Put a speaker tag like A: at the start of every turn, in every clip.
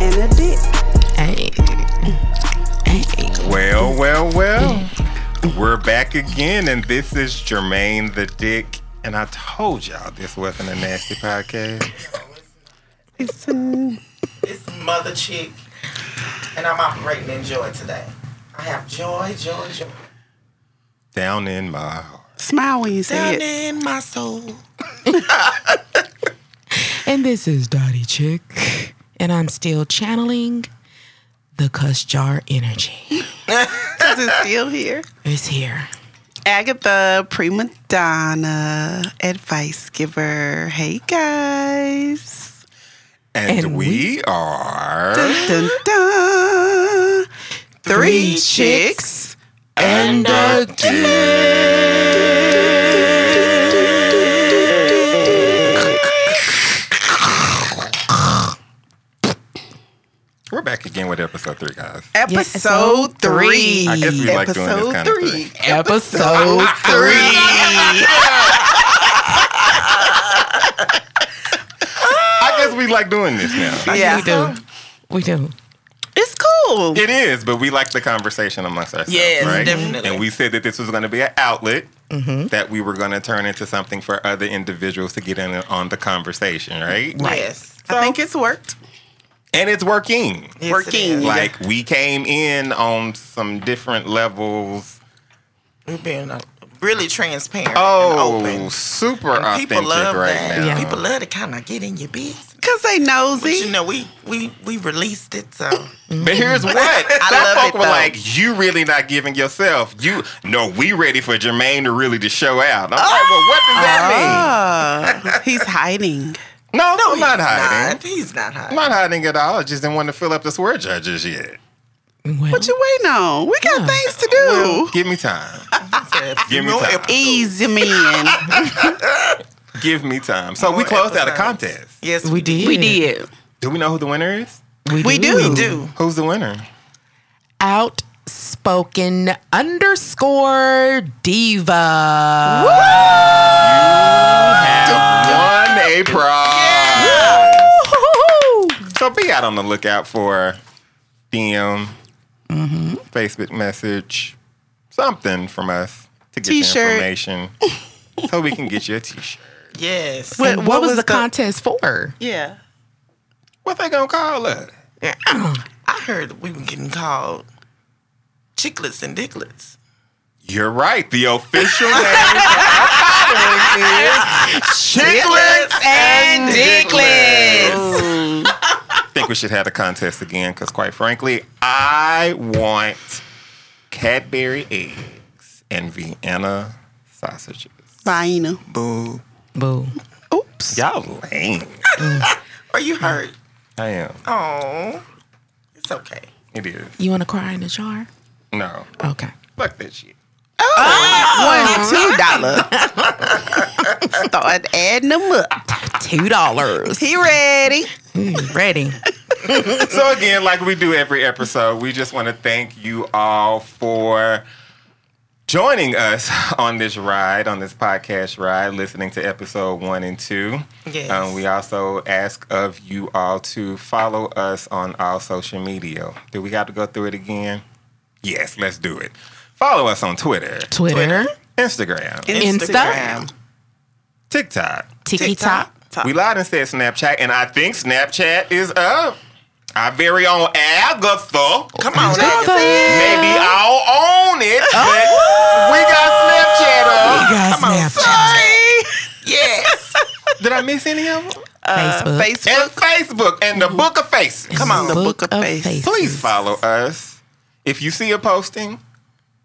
A: and a dick.
B: Hey. Hey.
C: Well, well, well. We're back again, and this is Jermaine the Dick. And I told y'all this wasn't a nasty podcast.
B: It's a
D: It's Mother Chick, and I'm operating in joy today. I have joy, joy, joy.
C: Down in my heart.
B: smile when you say it.
D: in my soul.
B: And this is Dottie Chick. And I'm still channeling the cuss jar energy.
A: Cause it's still here.
B: It's here.
A: Agatha, prima donna, advice giver. Hey guys.
C: And,
B: And
C: we, are.
A: Dun, dun, dun. Three
B: Three
A: chicks.
C: And a dick. We're back again with episode three, guys.
A: Episode
B: episode
A: three.
B: three. I
C: guess we like doing this
A: Episode
C: kind of
A: three.
C: thing.
B: Episode
A: Three.
C: I guess we like doing this now.
A: yeah.
B: We do. We do.
A: It's cool.
C: It is, but we like the conversation amongst ourselves.
D: Yes,
C: right?
D: definitely. Mm-hmm.
C: And we said that this was going to be an outlet that we were going to turn into something for other individuals to get in on the conversation, right?
D: Yes.
A: I think it's worked.
C: And it's working.
D: Yes, it
A: Working.
D: is.
C: Like we came in on some different levels.
D: We're being uh, really transparent.
C: Oh,
D: and open.
C: super
D: And
C: authentic
D: people love
C: right
D: that.
C: now.
B: Yeah.
D: People love to kind of get in your business.
A: Cause they
D: But
A: nosy.
D: you know, we we we released it, so
C: But here's what some
A: love
C: folk
A: it,
C: were
A: though.
C: like, "You really not giving yourself? You no, we ready for Jermaine to really to show out." I'm like,
D: Ah!
C: "Well, what does that
A: Ah, he's hiding.
C: mean?" No, I'm
D: he's
C: not hiding.
D: He's not hiding.
C: I'm not hiding at all. I just didn't want to fill up the swear judges yet.
B: Well,
A: What you waiting on? We got
B: Yeah.
A: things to do.
C: Give me time.
D: So if
C: Give
D: you
C: me
D: know
C: time.
D: if-
A: Easy man.
C: Give me time. So
D: More
C: we closed out a
D: episodes.
C: contest.
D: Yes,
B: we did.
A: We did.
C: Do we know who the winner is?
A: We do.
D: We do.
C: Who's the winner?
B: Outspoken underscore diva.
C: One April.
B: Woo-hoo-hoo.
C: So be out on the lookout for DM, Facebook message, something from us to get your
A: T-shirt.
C: information so we can get you a t-shirt.
D: Yes.
A: What,
B: And What, was, the, contest for?
A: Yeah.
C: What they gonna call us?
D: I heard that we were getting called chicklets and dicklets.
C: You're right. The official name for our followers is Chicklets and Dicklets. I think we should have the contest again because, quite frankly, I want Cadbury eggs and Vienna sausages.
A: Vinyl.
D: Boo.
B: Boo.
A: Oops.
C: Y'all lame.
D: Are you hurt?
C: I am.
D: Oh, it's okay.
C: It is.
B: You want to cry in the jar?
C: No.
B: Okay.
C: Fuck that shit.
A: One, two dollar. Start adding them up.
B: Two dollars.
A: He ready.
B: Ready.
C: So again, like we do every episode, we just want to thank you all for joining us on this ride, on this podcast ride, listening to episode one and two.
D: Yes.
C: Um, we also ask of you all to follow us on all social media. Do we got to go through it again? Yes, let's do it. Follow us on Twitter,
B: Twitter,
C: Instagram,
B: Insta,
C: TikTok.
B: TikTok.
D: Uh.
A: Top.
C: We lied and said Snapchat, and I think Snapchat is up. Our very own Agatha.
D: Come on,
B: Agatha.
D: Agatha.
C: Maybe I'll own it, but we got Snapchat up.
B: Guys, Snapchat,
D: Yes.
C: Did I miss any of them?
B: Facebook,
A: Facebook.
C: And Facebook and the Book of Faces.
D: Come on.
A: the Book of Faces.
C: Please follow us. If you see a posting,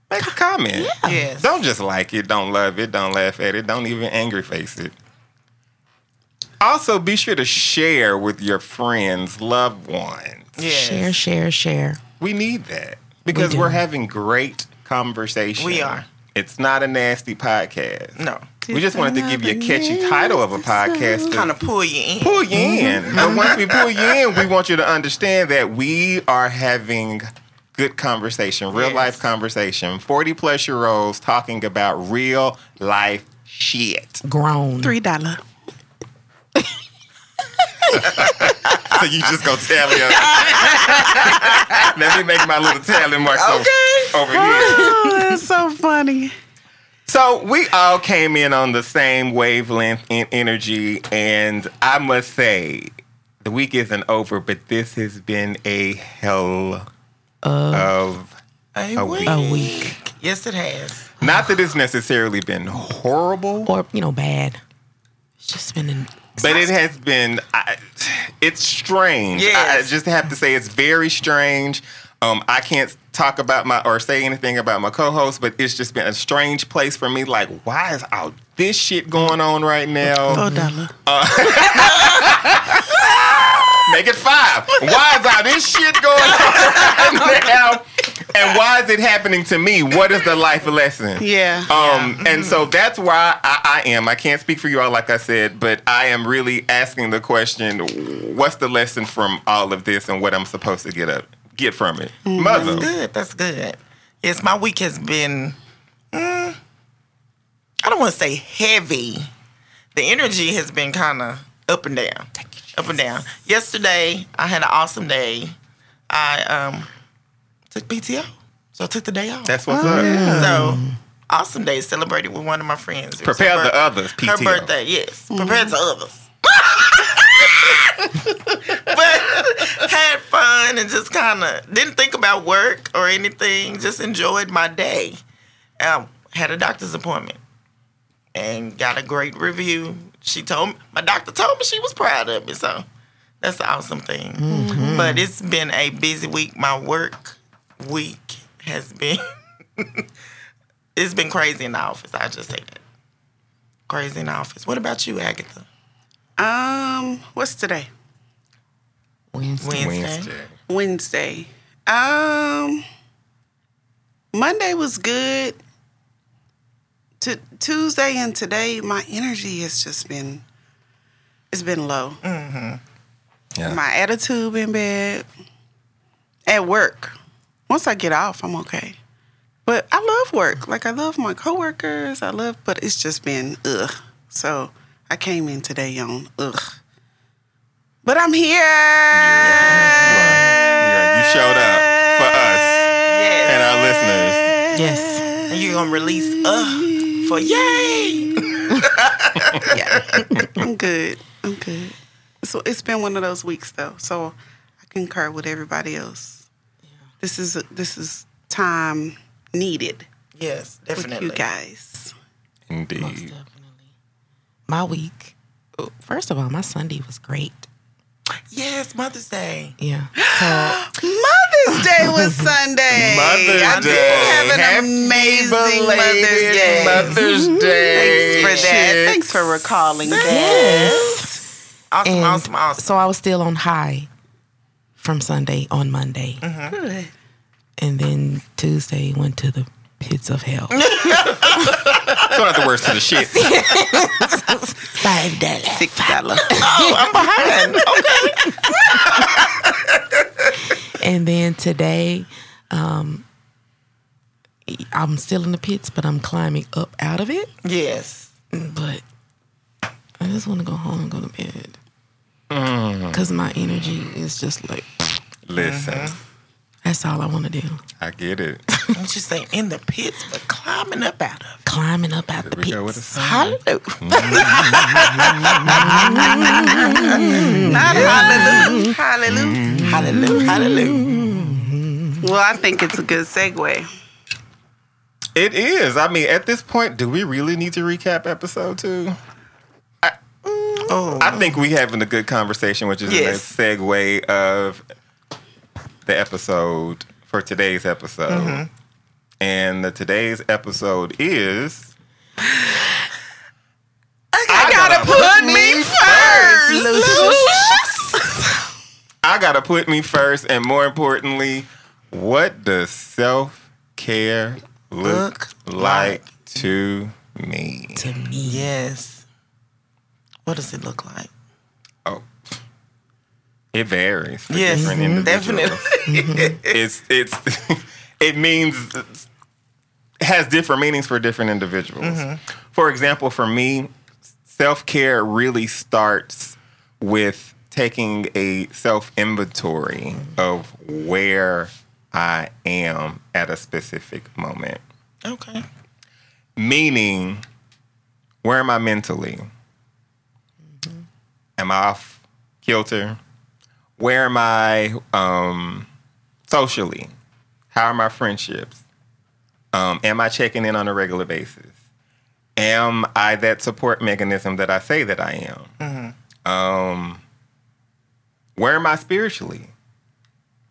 C: make a comment.
D: Yes.
C: Don't just like it, don't love it, don't laugh at it, don't even angry face it. Also, be sure to share with your friends, loved ones.
D: Yes.
B: Share, share, share.
C: We need that because
B: do.
C: we are having great conversation.
D: We are.
C: It's not a nasty podcast.
D: No.
C: We just wanted to give you a catchy title of a podcast
D: Kind
C: to
D: of pull you in.
C: pull you in.
D: Mm-hmm.
C: And once we pull you in, we want you to understand that we are having good conversation, real
D: Yes.
C: life conversation. 40 plus year olds talking about real life shit.
B: Grown.
A: Three dollar.
C: so you just go tally up. Let me make my little tally marks over-
D: Okay.
C: over here.
A: Oh, that's so funny.
C: So we all came in on the same wavelength and energy, and I must say, the week isn't over, but this has been a hell of
D: A
C: week.
D: week.
B: A week.
D: Yes, it has.
C: not that it's necessarily been horrible,
B: Or, you know, bad. It's just been in.
C: but it has been. I, it's strange. I, I
D: Yes.
C: just have to say, it's very strange. Um, I can't talk about my or say anything about my co-host, but it's just been a strange place for me. Like, why is all this shit going on right now?
A: Oh, Dollar.
C: Make it five. Why is all this shit going on right now? And why is it happening to me? What is the life lesson?
A: Yeah. Mm-hmm.
C: Um, and so that's where I, I, I am. I can't speak for you all, like I said, but I am really asking the question: What's the lesson from all of this, and what I'm supposed to get up, get from it,
A: Mm-hmm.
C: mother?
D: Good. That's good. Yes, my week has been. mm, I don't want to say heavy. The energy has been kind of up and down, up and down. Yesterday, I had an awesome day. I um took PTO, so I took the day off.
C: That's what's
A: Oh,
C: up.
D: So awesome day celebrated with one of my friends. It was
C: Hmm. Prepare
D: her
C: the
D: birth-
C: others. PTO.
D: Her birthday, yes.
C: Mm-hmm.
D: Prepare the others. but had fun and just kind of didn't think about work or anything. Just enjoyed my day. Um, had a doctor's appointment and got a great review. She told me my doctor told me she was proud of me, so that's the awesome thing.
C: Mm-hmm.
D: But it's been a busy week. My work week has been it's been crazy in the office. I just say that. Crazy in the office. What about you, Agatha?
A: Um, what's today?
B: Wednesday.
D: Wednesday.
C: Wednesday.
A: Wednesday. Um, Monday was good. To Tuesday and today, my energy has just been, it's been low.
C: Yeah.
A: My attitude been bad. At work, once I get off, I'm okay. But I love work. Like I love my coworkers. I love, but it's just been ugh. So I came in today on ugh. But I'm here.
C: Yeah, you showed up for us and our
D: Yes.
C: listeners.
B: Yes.
D: And you're gonna release uh for yay.
A: yeah. I'm good. I'm good. So it's been one of those weeks though. So I concur with everybody else. This is this is time needed
D: Yes,
A: with
D: definitely.
A: you guys.
B: Most
C: Indeed.
B: definitely. My week. oh, First of all, my Sunday was great.
D: Yes, Mother's Day.
B: Yeah. So,
A: Mother's Day was Sunday.
C: Mother's
A: I did
C: Day.
A: have
C: Happy
A: an amazing Mother's
C: belated
A: Day.
C: Mother's Day.
A: Thanks for that.
C: Chicks.
A: Thanks for recalling that.
B: yes.
D: Awesome,
B: And
D: awesome, awesome.
B: So I was still on high from Sunday on Monday.
A: Good.
B: And then Tuesday went to the pits of hell.
C: Throw out the words to the shit.
B: Five dollars.
A: Six dollar.
D: Oh, I'm behind.
B: And then today, um, I'm still in the pits, but I'm climbing up out of it.
D: yes.
B: But I just want to go home and go to bed.
C: Mm.
B: Because my energy is just like,
C: Listen,
B: that's all I want to do.
C: I get it.
D: Don't you say in the pits, but climbing up out of.
B: Climbing up out the
C: we go with the
B: pits.
C: song.
D: Hallelujah.
A: Not hallelujah.
C: Mm-hmm.
A: Hallelujah.
D: Hallelujah. Hallelujah.
A: Well, I think it's a good segue.
C: It is. I mean, at this point, do we really need to recap episode two? mm,
D: Oh,
C: I think we having a good conversation, which is
D: Yes.
C: a nice segue of the episode for today's episode. And the today's episode is I gotta put me first. I gotta put me first, and more importantly, what does self care look,
D: Look
C: like to me?
B: To me.
D: yes. What does it look like?
C: Oh, it varies. For
D: Yes,
C: different individuals.
D: definitely.
C: It's it's it means has different meanings for different individuals. For example, for me, self care really starts with taking a self inventory of where I am at a specific moment.
D: Okay.
C: Meaning, where am I mentally? Am I off kilter? Where am I um, socially? How are my friendships? Um, am I checking in on a regular basis? Am I that support mechanism that I say that I am? Um, where am I spiritually?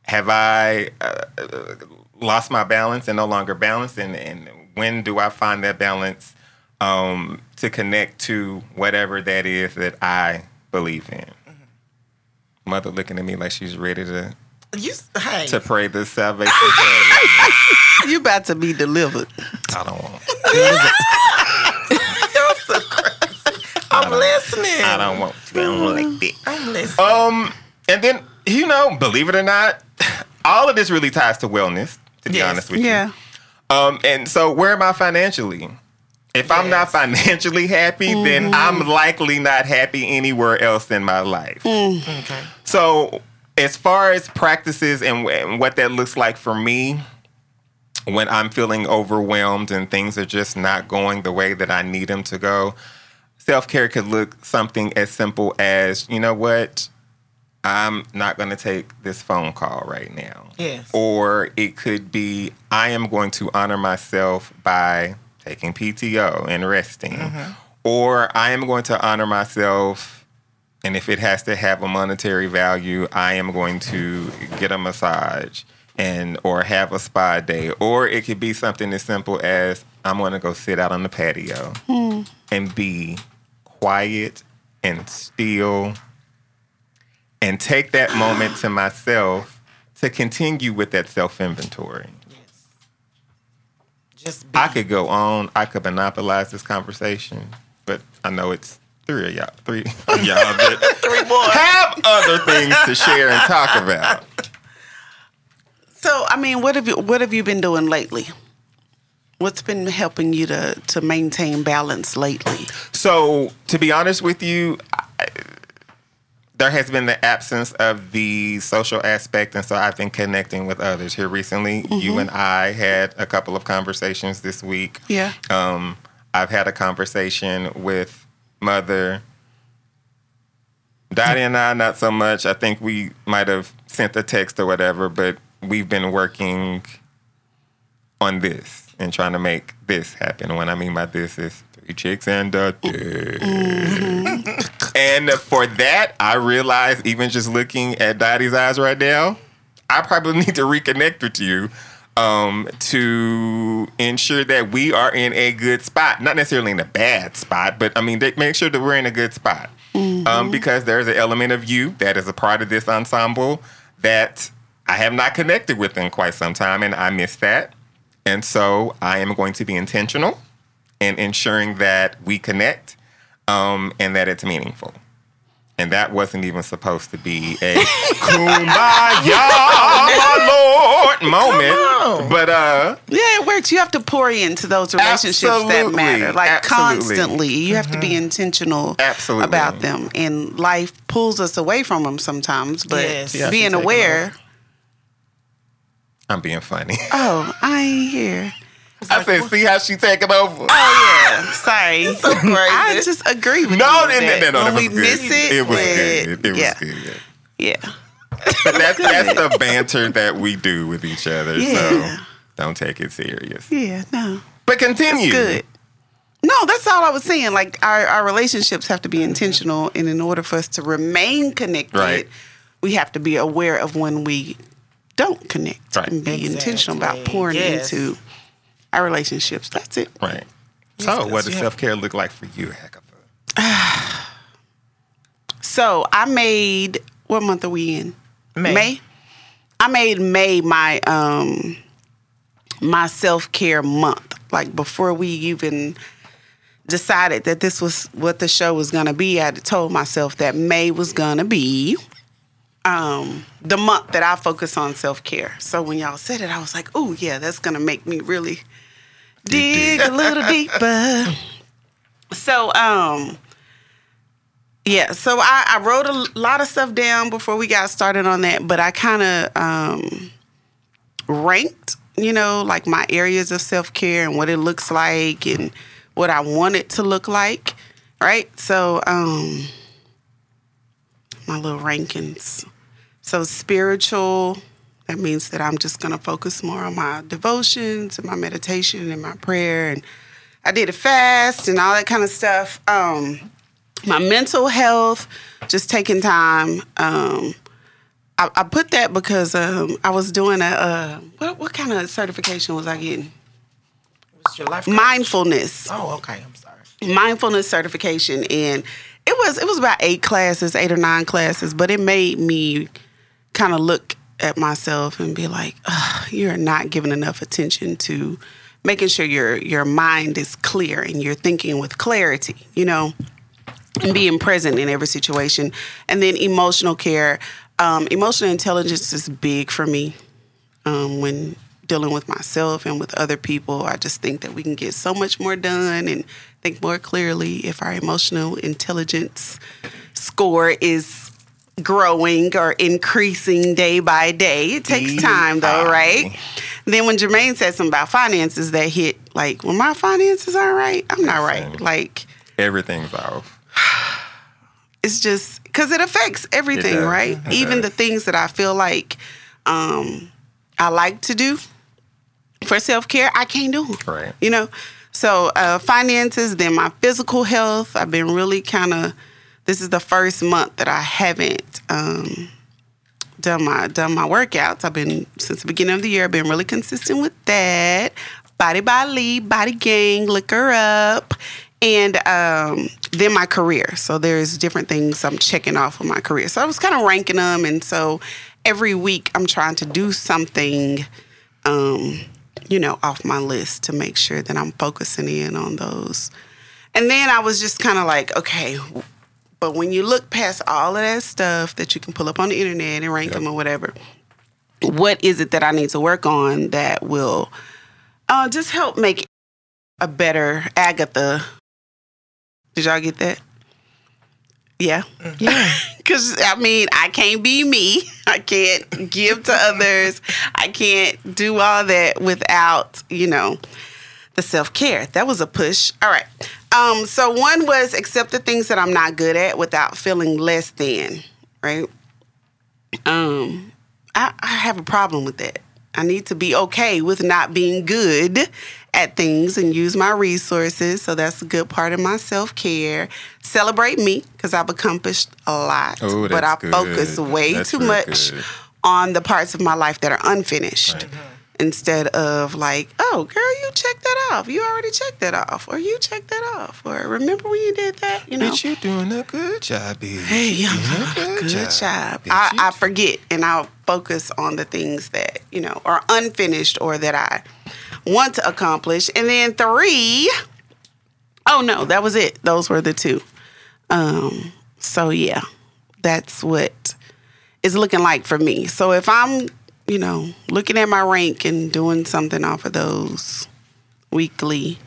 C: Have I uh, uh, lost my balance and no longer balanced? And, and when do I find that balance um, to connect to whatever that is that I believe in?
D: Mm-hmm.
C: Mother looking at me like she's ready to,
D: You s- hey.
C: to pray this salvation prayer.
A: You about to be delivered.
C: I don't want.
D: Y'all so crazy. I'm listening.
C: I don't want. I don't want like that.
D: I'm listening.
C: Um, and then you know, believe it or not, all of this really ties to wellness. To be
D: Yes.
C: honest with you,
A: Yeah.
C: Um, and so where am I financially? If I'm not
D: Yes.
C: financially happy, then I'm likely not happy anywhere else in my life.
D: okay.
C: So, as far as practices and, wh- and what that looks like for me, when I'm feeling overwhelmed and things are just not going the way that I need them to go, self care could look something as simple as you know what? I'm not going to take this phone call right now.
D: Yes.
C: Or it could be I am going to honor myself by taking PTO and resting. Or I am going to honor myself and if it has to have a monetary value, I am going to get a massage and or have a spa day. Or it could be something as simple as I'm gonna go sit out on the patio and be quiet and still and take that moment to myself to continue with that self inventory.
D: Yes. Just be.
C: I could go on, I could monopolize this conversation, but I know it's three of y'all three of y'all that
D: three more.
C: have other things to share and talk about.
A: So I mean, what have you what have you been doing lately? What's been helping you to to maintain balance lately?
C: So, to be honest with you, I, there has been the absence of the social aspect, and so I've been connecting with others here recently. You and I had a couple of conversations this week.
A: Yeah.
C: Um, I've had a conversation with mother. Dottie and I, not so much. I think we might have sent a text or whatever, but we've been working on this and trying to make this happen. When I mean by this is three chicks and a dude. and for that, I realize even just looking at Dottie's eyes right now, I probably need to reconnect with you um, to ensure that we are in a good spot. Not necessarily in a bad spot, but I mean, they make sure that we're in a good spot. Um, because there's an element of you that is a part of this ensemble that I have not connected with in quite some time, and I miss that. And so I am going to be intentional in ensuring that we connect um, and that it's meaningful. And that wasn't even supposed to be a kumbaya, my Lord moment. But uh,
A: Yeah, it works. You have to pour into those relationships that
C: Absolutely.
A: matter. Like
C: Absolutely. Mm-hmm.
A: constantly. You have to be intentional
C: Absolutely.
A: about them. And life pulls us away from them sometimes, but
D: Yes. Yeah,
C: she's
A: being
C: taking
A: aware,
C: I'm being funny.
A: oh, I ain't here.
C: I said, see how she taking over.
A: Oh yeah, sorry. so crazy. I just agree with you.
C: No, no, no,
A: that
C: no,
A: When
C: no, that was
A: we
C: good.
A: miss it,
C: It was
A: when-
C: good. It was
A: yeah,
C: good.
A: Yeah.
C: But that's that's the banter that we do with each other.
A: Yeah.
C: So don't take it serious.
A: Yeah, no.
C: But continue.
A: Good. No, that's all I was saying. Like our, our relationships have to be intentional and in order for us to remain connected,
C: Right.
A: we have to be aware of when we don't connect
C: Right.
A: and be intentional about
D: Exactly.
A: pouring
D: Yes.
A: into our relationships. That's it.
C: Right. So what does
D: you have-
C: self care look like for you, Hackapa?
A: So I made what month are we in?
D: May.
A: I made May my um my self care month. Like before we even decided that this was what the show was gonna be, I had told myself that May was gonna be um the month that I focus on self care. So when y'all said it, I was like, oh yeah, that's gonna make me really dig a little deeper. So um Yeah, so I, I wrote a l- lot of stuff down before we got started on that, but I kind of um, ranked, you know, like my areas of self care and what it looks like and what I want it to look like, right? So, um, my little rankings. So, spiritual, that means that I'm just going to focus more on my devotions and my meditation and my prayer. And I did a fast and all that kind of stuff. Um, my mental health, just taking time. Um, I, I put that because um, I was doing a uh, what, what kind of certification was I getting?
D: What's your life? coach?
A: Mindfulness,
D: Oh, okay. I'm sorry.
A: mindfulness certification, and it was it was about eight classes, eight or nine classes, but it made me kind of look at myself and be like, "Ugh, you're not giving enough attention to making sure your your mind is clear and you're thinking with clarity, you know and being present in every situation. And then emotional care. Um, emotional intelligence is big for me um, when dealing with myself and with other people. I just think that we can get so much more done and think more clearly if our emotional intelligence score is growing or increasing day by day. It takes time though, right? Then when Jermaine said something about finances that hit like, when my finances aren't right, I'm not right. Like
C: Everything's off.
A: it's just because it affects everything,
C: does.
A: right?
C: It
A: Even
C: does.
A: the things that I feel like um, I like to do for self care, I can't do. 'em,
C: Right.
A: You know, so uh, finances, then my physical health. I've been really kind of. This is the first month that I haven't um, done my done my workouts. I've been since the beginning of the year. I've been really consistent with that. Body by Lee, body gang, lick her up, and um, then my career. So there's different things I'm checking off of my career. So I was kind of ranking them, and so every week I'm trying to do something, um, you know, off my list to make sure that I'm focusing in on those. And then I was just kind of like, okay, but when you look past all of that stuff that you can pull up on the internet and rank them or whatever, what is it that I need to work on that will uh, just help make a better Agatha? Did y'all get that? Yeah.
B: Yeah.
A: Because, I mean, I can't be me. I can't give to others. I can't do all that without, you know, the self care. That was a push. All right. Um, so, one was accept the things that I'm not good at without feeling less than, right? Um, I, I have a problem with that. I need to be okay with not being good at things and use my resources. So that's a good part of my self care. Celebrate me because I've accomplished a lot,
C: Oh,
A: but I
C: that's good.
A: focus way
C: That's
A: too
C: real
A: much
C: good.
A: on the parts of my life that are unfinished. Instead of like, oh, girl, you checked that off. You already checked that off, or you checked that off, or remember when you did that? You know,
C: Bitch, you doing a good job, bitch.
A: Hey,
C: You
A: yeah,
C: doing a
A: good job.
C: bitch.
A: I,
C: You
A: I forget and I'll focus on the things that, you know, are unfinished or that I want to accomplish. And then three, oh no, that was it. Those were the two. Um, so yeah, that's what it's looking like for me. So if I'm, you know, looking at my rank and doing something off of those weekly,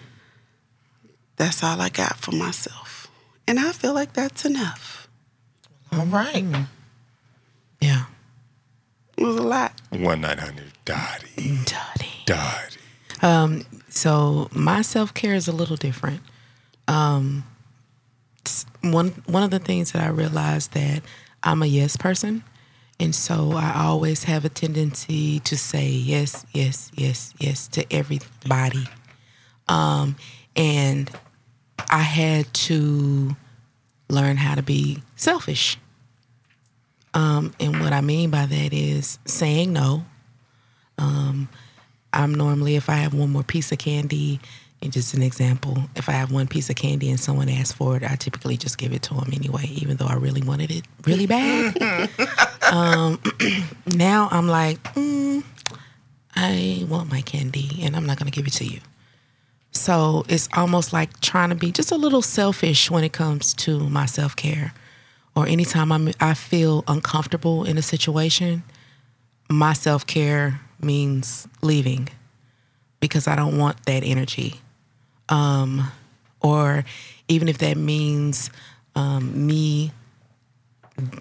A: that's all I got for myself. And I feel like that's enough.
D: All right.
B: Yeah.
A: It was a lot.
C: One nine hundred Dottie.
B: Daddy.
C: Dottie.
B: Um, so my self care is a little different. Um, s- one one of the things that I realized that I'm a yes person, and so I always have a tendency to say yes, yes, yes, yes to everybody. Um, and I had to learn how to be selfish. Um, and what I mean by that is saying no I'm normally if I have one more piece of candy, and just an example, if I have one piece of candy and someone asks for it, I typically just give it to them anyway, even though I really wanted it really bad. um, now I'm like, mm, I want my candy, and I'm not gonna give it to you. So it's almost like trying to be just a little selfish when it comes to my self care, or anytime I'm I feel uncomfortable in a situation my self care means leaving because I don't want that energy. Um, or even if that means um, me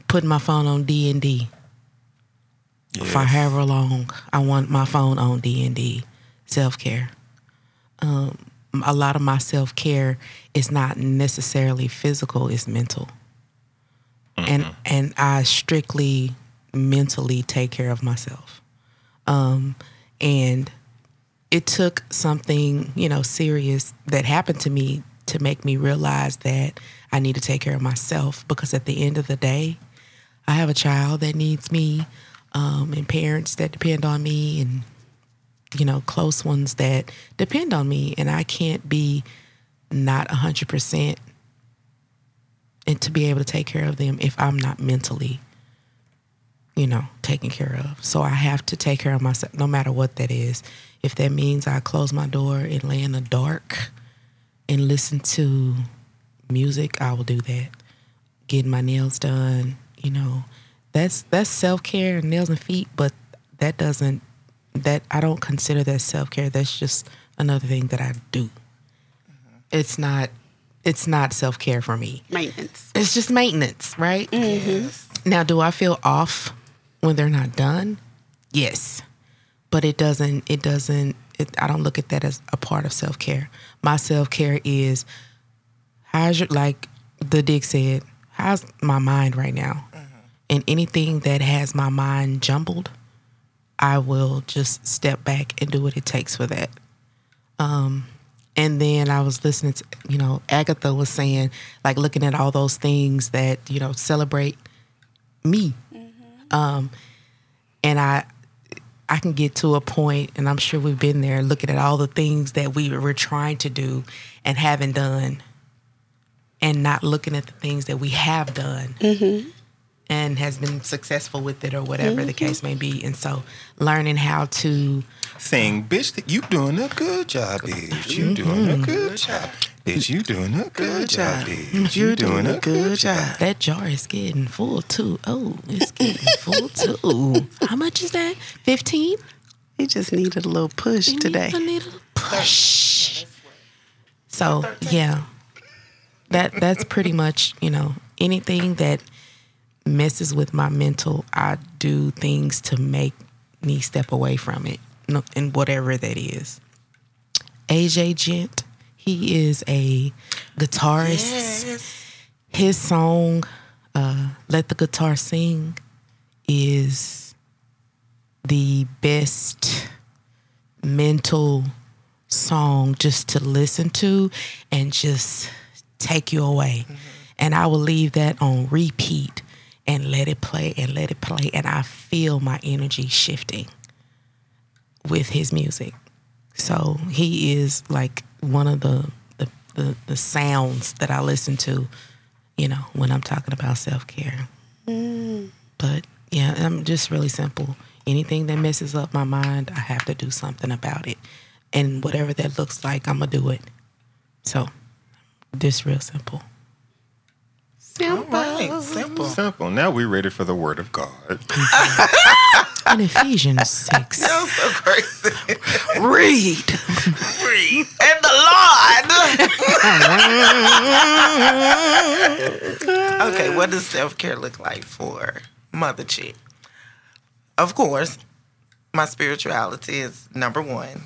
B: putting my phone on D and D for however long. I want my phone on D and D. Self care. Um, a lot of my self care is not necessarily physical; it's mental. And and I strictly mentally take care of myself. Um, and it took something you know serious that happened to me to make me realize that I need to take care of myself because at the end of the day, I have a child that needs me, um, and parents that depend on me, and you know close ones that depend on me, and I can't be not hundred percent and to be able to take care of them if I'm not mentally you know, taken care of. So I have to take care of myself, no matter what that is. If that means I close my door and lay in the dark and listen to music, I will do that. Getting my nails done, you know, that's that's self care and nails and feet, but that doesn't that I don't consider that self care. That's just another thing that I do. It's not it's not self care for me
A: Maintenance.
B: it's just maintenance, right? Now, do I feel off when they're not done? Yes, but it doesn't. It doesn't. It, I don't look at that as a part of self care. My self care is how's your like the dick said. How's my mind right now? And anything that has my mind jumbled, I will just step back and do what it takes for that. And then I was listening to, you know, Agatha was saying, like, looking at all those things that, you know, celebrate me. Um, and I, I can get to a point, and I'm sure we've been there, looking at all the things that we were trying to do and haven't done, and not looking at the things that we have done and has been successful with it or whatever the case may be. And so, learning how to
C: Saying, bitch, that you doing a good job, bitch. You doing a good job. Bitch, you doing a Mm-hmm. good job, bitch. You doing a good job.
B: That jar is getting full too. Oh, it's getting full too. How much is that? Fifteen.
A: He just needed a little push today.
B: I need a push. So yeah, that that's pretty much you know anything that messes with my mental. I do things to make me step away from it, no- and whatever that is. AJ Gent, he is a guitarist his song uh, let the guitar sing is the best mental song just to listen to and just take you away and i will leave that on repeat and let it play and let it play and i feel my energy shifting with his music so he is like one of the the, the, the sounds that I listen to, you know, when I'm talking about self care. Mm. But yeah, I'm just really simple. Anything that messes up my mind, I have to do something about it, and whatever that looks like, I'm gonna do it. So, just real simple.
D: All right, simple.
C: Simple. Now we're ready for the word of God.
B: In Ephesians six,
D: I'm so crazy.
A: Read.
D: Free. And the Lord. okay, what does self care look like for Mother Chick? Of course, my spirituality is number one.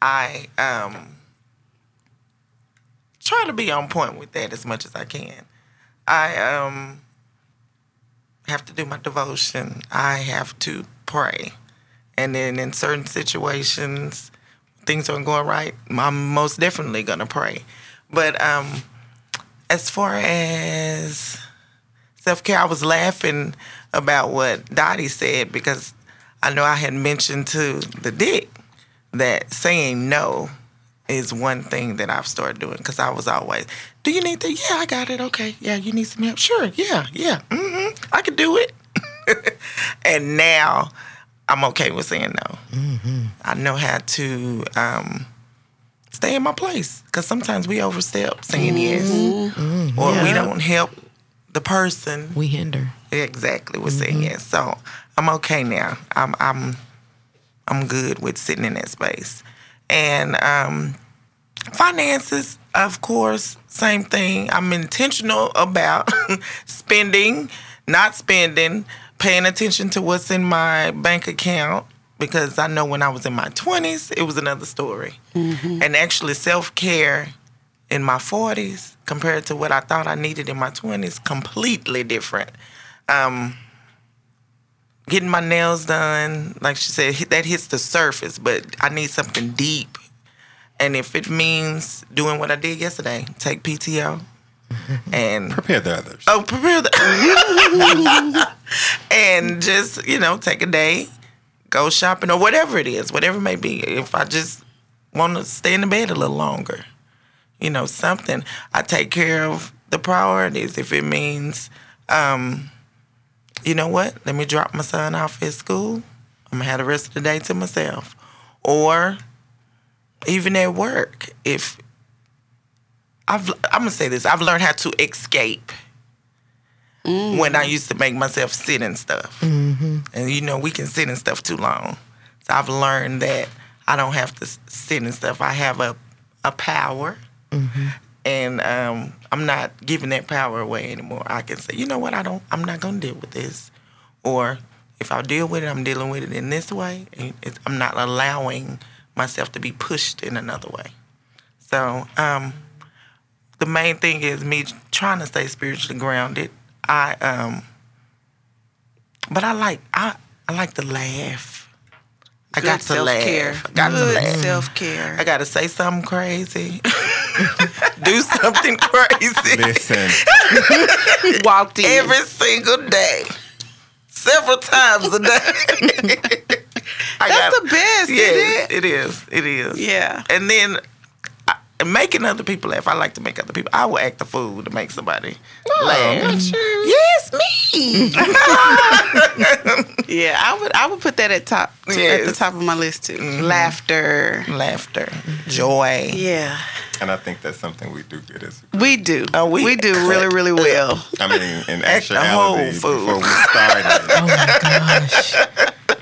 D: I um try to be on point with that as much as I can. I um have to do my devotion. I have to pray. And then in certain situations, things aren't going right, I'm most definitely gonna pray. But um, as far as self care, I was laughing about what Dottie said because I know I had mentioned to the dick that saying no is one thing that I've started doing because I was always, do you need that? Yeah, I got it. Okay. Yeah, you need some help? Sure. Yeah, yeah. hmm I could do it. and now I'm okay with saying no. I know how to um, stay in my place because sometimes we overstep saying yes, or we don't help the person
B: we hinder.
D: exactly with saying yes. So I'm okay now. I'm I'm I'm good with sitting in that space, and um, Finances, of course, same thing. I'm intentional about spending, not spending, paying attention to what's in my bank account because I know when I was in my 20s, it was another story. And actually, self care in my 40s compared to what I thought I needed in my 20s, completely different. Um, getting my nails done, like she said, hit- that hits the surface, but I need something deep. And if it means doing what I did yesterday, take PTO and
C: Prepare the others.
D: Oh, prepare the and just you know take a day, go shopping or whatever it is, whatever it may be. If I just want to stay in the bed a little longer, you know something. I take care of the priorities. If it means, um, you know what, let me drop my son off at school. I'm gonna have the rest of the day to myself, or even at work. If I've, I'm gonna say this, I've learned how to escape when I used to make myself sit and stuff. And you know, we can sit and stuff too long. So I've learned that I don't have to s- sit and stuff. I have a, a power. And um, I'm not giving that power away anymore. I can say, you know what, I don't, I'm not gonna deal with this. Or if I deal with it, I'm dealing with it in this way. And it's, I'm not allowing myself to be pushed in another way. So, um, the main thing is me trying to stay spiritually grounded. I um but I like I I like to laugh. I got to laugh. I got
A: Good
D: to laugh.
A: self care.
D: I gotta say something crazy. Do something crazy
C: Listen,
A: Walked in.
D: every single day. Several times a day. I
A: That's
D: gotta-
A: the best, isn't it?
D: Yes, it is. It is.
A: Yeah.
D: And then I, and making other people laugh. I like to make other people. I will act a fool to make somebody
A: Oh,
D: laugh. Mm-hmm. Yes, me.
A: Yeah, I would I would put that at top at the
D: Yes. Mm-hmm.
A: top of my list too. Laughter.
D: Laughter, joy.
A: Yeah.
C: and I think that's something we do good as.
A: We do.
D: Oh, we-
A: we, do really, really well.
C: I mean, in
D: Act a whole
C: actuality,
D: fool.
C: before we started,
B: Oh my gosh.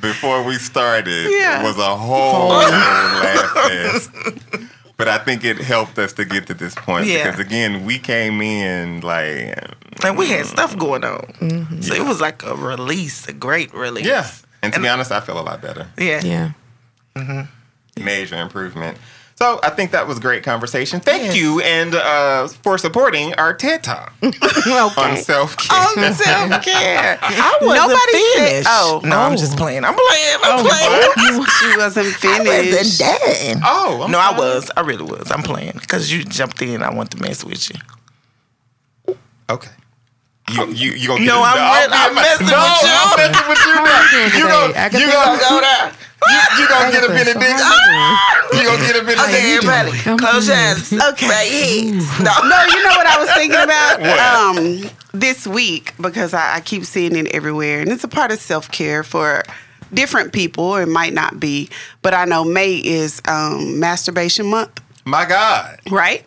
C: before we started,
A: Yeah.
C: it was a whole laugh fest. But I think it helped us to get to this point
D: Yeah.
C: because again, we came in like,
D: And we had stuff going on,
A: Mm-hmm.
D: so it was like a release, a great release.
C: yeah. And to be honest, I feel a lot better.
D: Yeah.
B: Yeah.
C: major improvement. So I think that was great conversation. Thank you and uh, for supporting our TED Talk on
A: Okay.
C: self care.
A: On self care. I
D: wasn't
A: Nobody said
D: finished.
A: oh
D: No, I'm just playing. I'm playing. I'm
A: she wasn't
D: playing. I
A: finished.
D: wasn't done.
C: Oh, I'm
D: no, I
C: sorry.
D: was. I really was. I'm playing because you jumped in. I want to mess with you.
C: Okay. You you you gonna get
D: No,
C: it-
D: I'm
C: I'll
D: with-
C: be-
D: I'm messing
C: no,
D: with you.
C: I'm messing with you. now.
B: doing
C: You
B: today?
C: gonna
B: Agatha?
C: you gonna go
D: down.
C: You, you gonna get a
B: Agatha, so
C: benediction. You gonna get a
D: Okay,
C: benediction.
D: everybody,
B: Come
D: close your
B: on.
D: eyes. Okay. Right here. No,
A: No, you know what I was thinking about?
C: What?
A: Um, this week, because I, I keep seeing it everywhere, and it's a part of self care for different people. It might not be, but I know May is um, masturbation month,
C: My God,
A: right?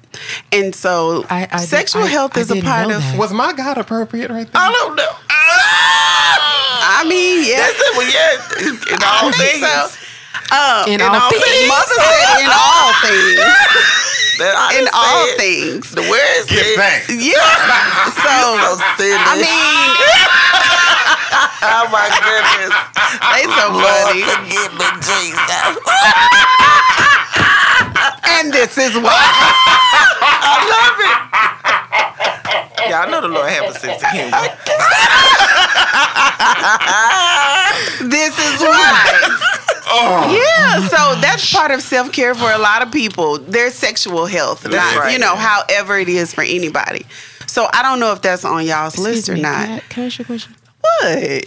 A: And so
B: I- I did-
A: sexual
B: I-
A: health
B: I
A: is a
B: didn't
A: part
B: know
A: of.
B: that.
C: was my God appropriate right there?
D: I don't know. Ah!
A: I mean, yes.
D: That's it. Well, yeah, in all things.
A: so.
B: In
D: And
B: all
D: all
B: things.
D: things.
A: Mother said in all things.
D: That I
A: In
D: just
A: all
D: said.
A: things.
D: The word is
C: Get
D: it?
C: back.
A: Yes.
D: So
A: So
D: silly.
A: I mean,
D: oh my goodness.
A: they so
D: Lord,
A: funny.
D: forgive me, Jesus.
A: And this is why.
D: I love it. Y'all know the Lord have a sense of humor.
A: This is why.
C: Oh.
A: Yeah, so that's part of self care for a lot of people. Their sexual health,
C: That's
A: not,
C: right.
A: you know, however it is for anybody. So I don't know if that's on y'all's list
B: Excuse
A: or
B: me,
A: not.
B: Can I, can I ask you a question?
A: What?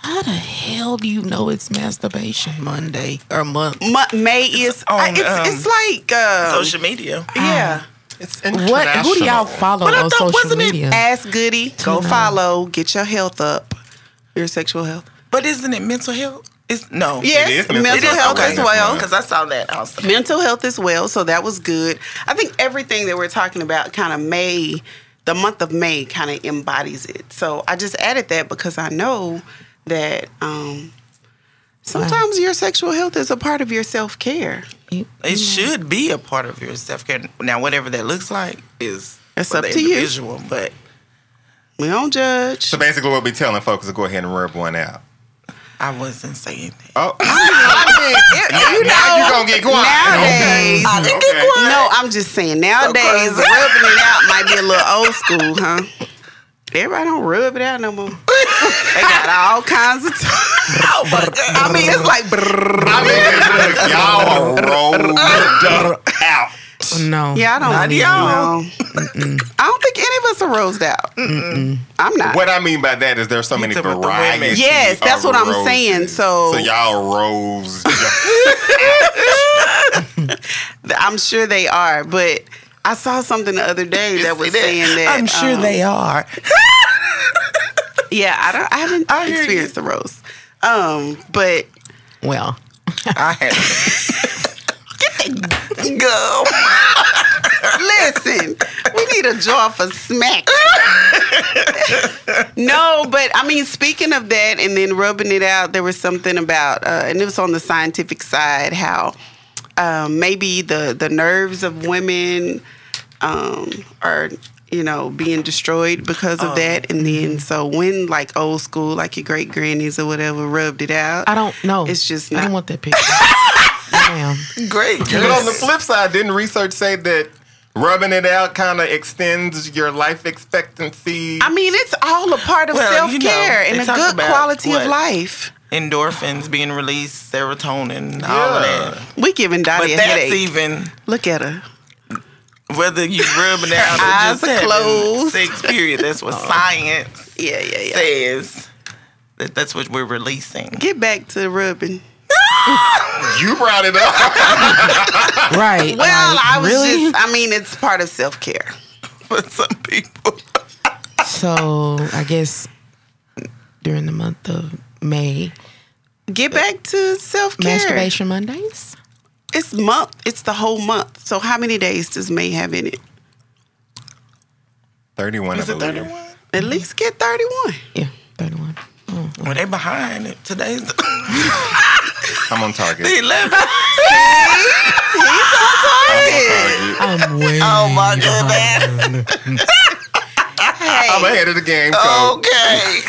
B: How the hell do you know it's masturbation Monday or month?
A: Mu- May is
D: on,
A: I- it's,
D: um,
A: it's like um,
D: Social media.
A: yeah,
C: It's
B: What? Who do y'all
C: international.
B: follow
D: But I
B: on
D: thought,
B: Ah. Oh, social
D: wasn't it
B: media?
A: ass goody. Go
B: know.
A: follow, get your health up, your sexual health.
D: But isn't it mental health? It's no.
A: Yes,
C: is mental
A: mental health
C: health
A: as
C: awareness
A: well.
C: month.
D: Because I saw that also.
A: mental health as well so that was good i think everything that we're talking about kind of may the month of may kind of embodies it so i just added that because i know that um, sometimes your sexual health is a part of your self-care
B: You-
D: It should be a part of your self care. Now, whatever that looks like is
A: It's
D: for
A: up
D: the
A: to you.
D: individual, But
A: We don't judge.
C: So basically, what we're telling folks is go ahead and rub one out.
D: I wasn't saying that.
C: Oh,
A: I mean, you
C: now
A: know,
C: you gonna get quiet.
A: nowadays.
D: I didn't get
C: Okay.
D: quiet.
A: No, I'm just saying nowadays
D: crazy.
A: rubbing it out might be a little old school, huh? Everybody don't rub it out no more. They got all kinds of.
D: Oh my God.
A: I mean, it's like
C: I mean, look, y'all are rolled out.
B: No.
A: yeah, I don't.
D: Not
A: even
D: y'all.
A: know. I don't think any of us are rosed out. I'm not.
C: What I mean by that is there's so many
D: talking about the
C: varieties.
D: women.
A: Yes, that's
C: of
A: what I'm
C: roses.
A: saying, so-
C: so y'all rose.
A: I'm sure they are, but I saw something the other day that was saying that.
D: I'm sure
A: um,
D: they are.
A: Yeah, I don't. I haven't
D: I hear you.
A: experienced the rose, um, but
B: Well,
D: I have. Get that
A: Listen, we need a jaw for smack. no, but I mean, speaking of that and then rubbing it out, there was something about, uh, and it was on the scientific side, how um, maybe the, the nerves of women um, are, you know, being destroyed because
B: Oh,
A: of that. And
B: mm-hmm.
A: then, so when like old school, like your great grannies or whatever, rubbed it out.
B: I don't know.
A: It's just
B: I
A: not-
B: don't want that picture. Damn.
D: go. Great.
C: But on the flip side, didn't research say that rubbing it out kind of extends your life expectancy?
A: I mean, it's all a part of
D: Well,
A: self
D: you know,
A: care
D: they
A: and a
D: talk
A: good
D: about
A: quality of
D: what-
A: life.
D: Endorphins being released, serotonin, all of
C: Yeah.
D: that.
A: We giving
D: But
A: Dottie a
D: that's
A: headache.
D: even
A: Look at her.
D: whether you rub it out
A: Her
D: or
A: eyes
D: just
A: are
D: having
A: closed. Oh.
D: sex period. That's what science
A: Yeah, yeah, yeah.
D: says. That that's what we're releasing.
A: Get back to rubbing.
C: you brought it up.
B: Right.
A: Well,
B: like,
A: I was
B: really?
A: just, I mean, it's part of self care.
D: for some people.
B: So I guess during the month of May,
A: Get back to self care.
B: masturbation Mondays.
A: It's month, it's the whole month. So, how many days does May have in it?
C: Thirty-one, I believe.
A: At least get 31.
B: Yeah, thirty-one. Oh,
D: Well, they behind it. Today's the
C: I'm on target.
D: 11th.
C: I'm on target.
B: I'm way.
D: Oh my goodness.
C: I'm
A: Hey, Oh,
C: ahead of the game. So
D: Okay.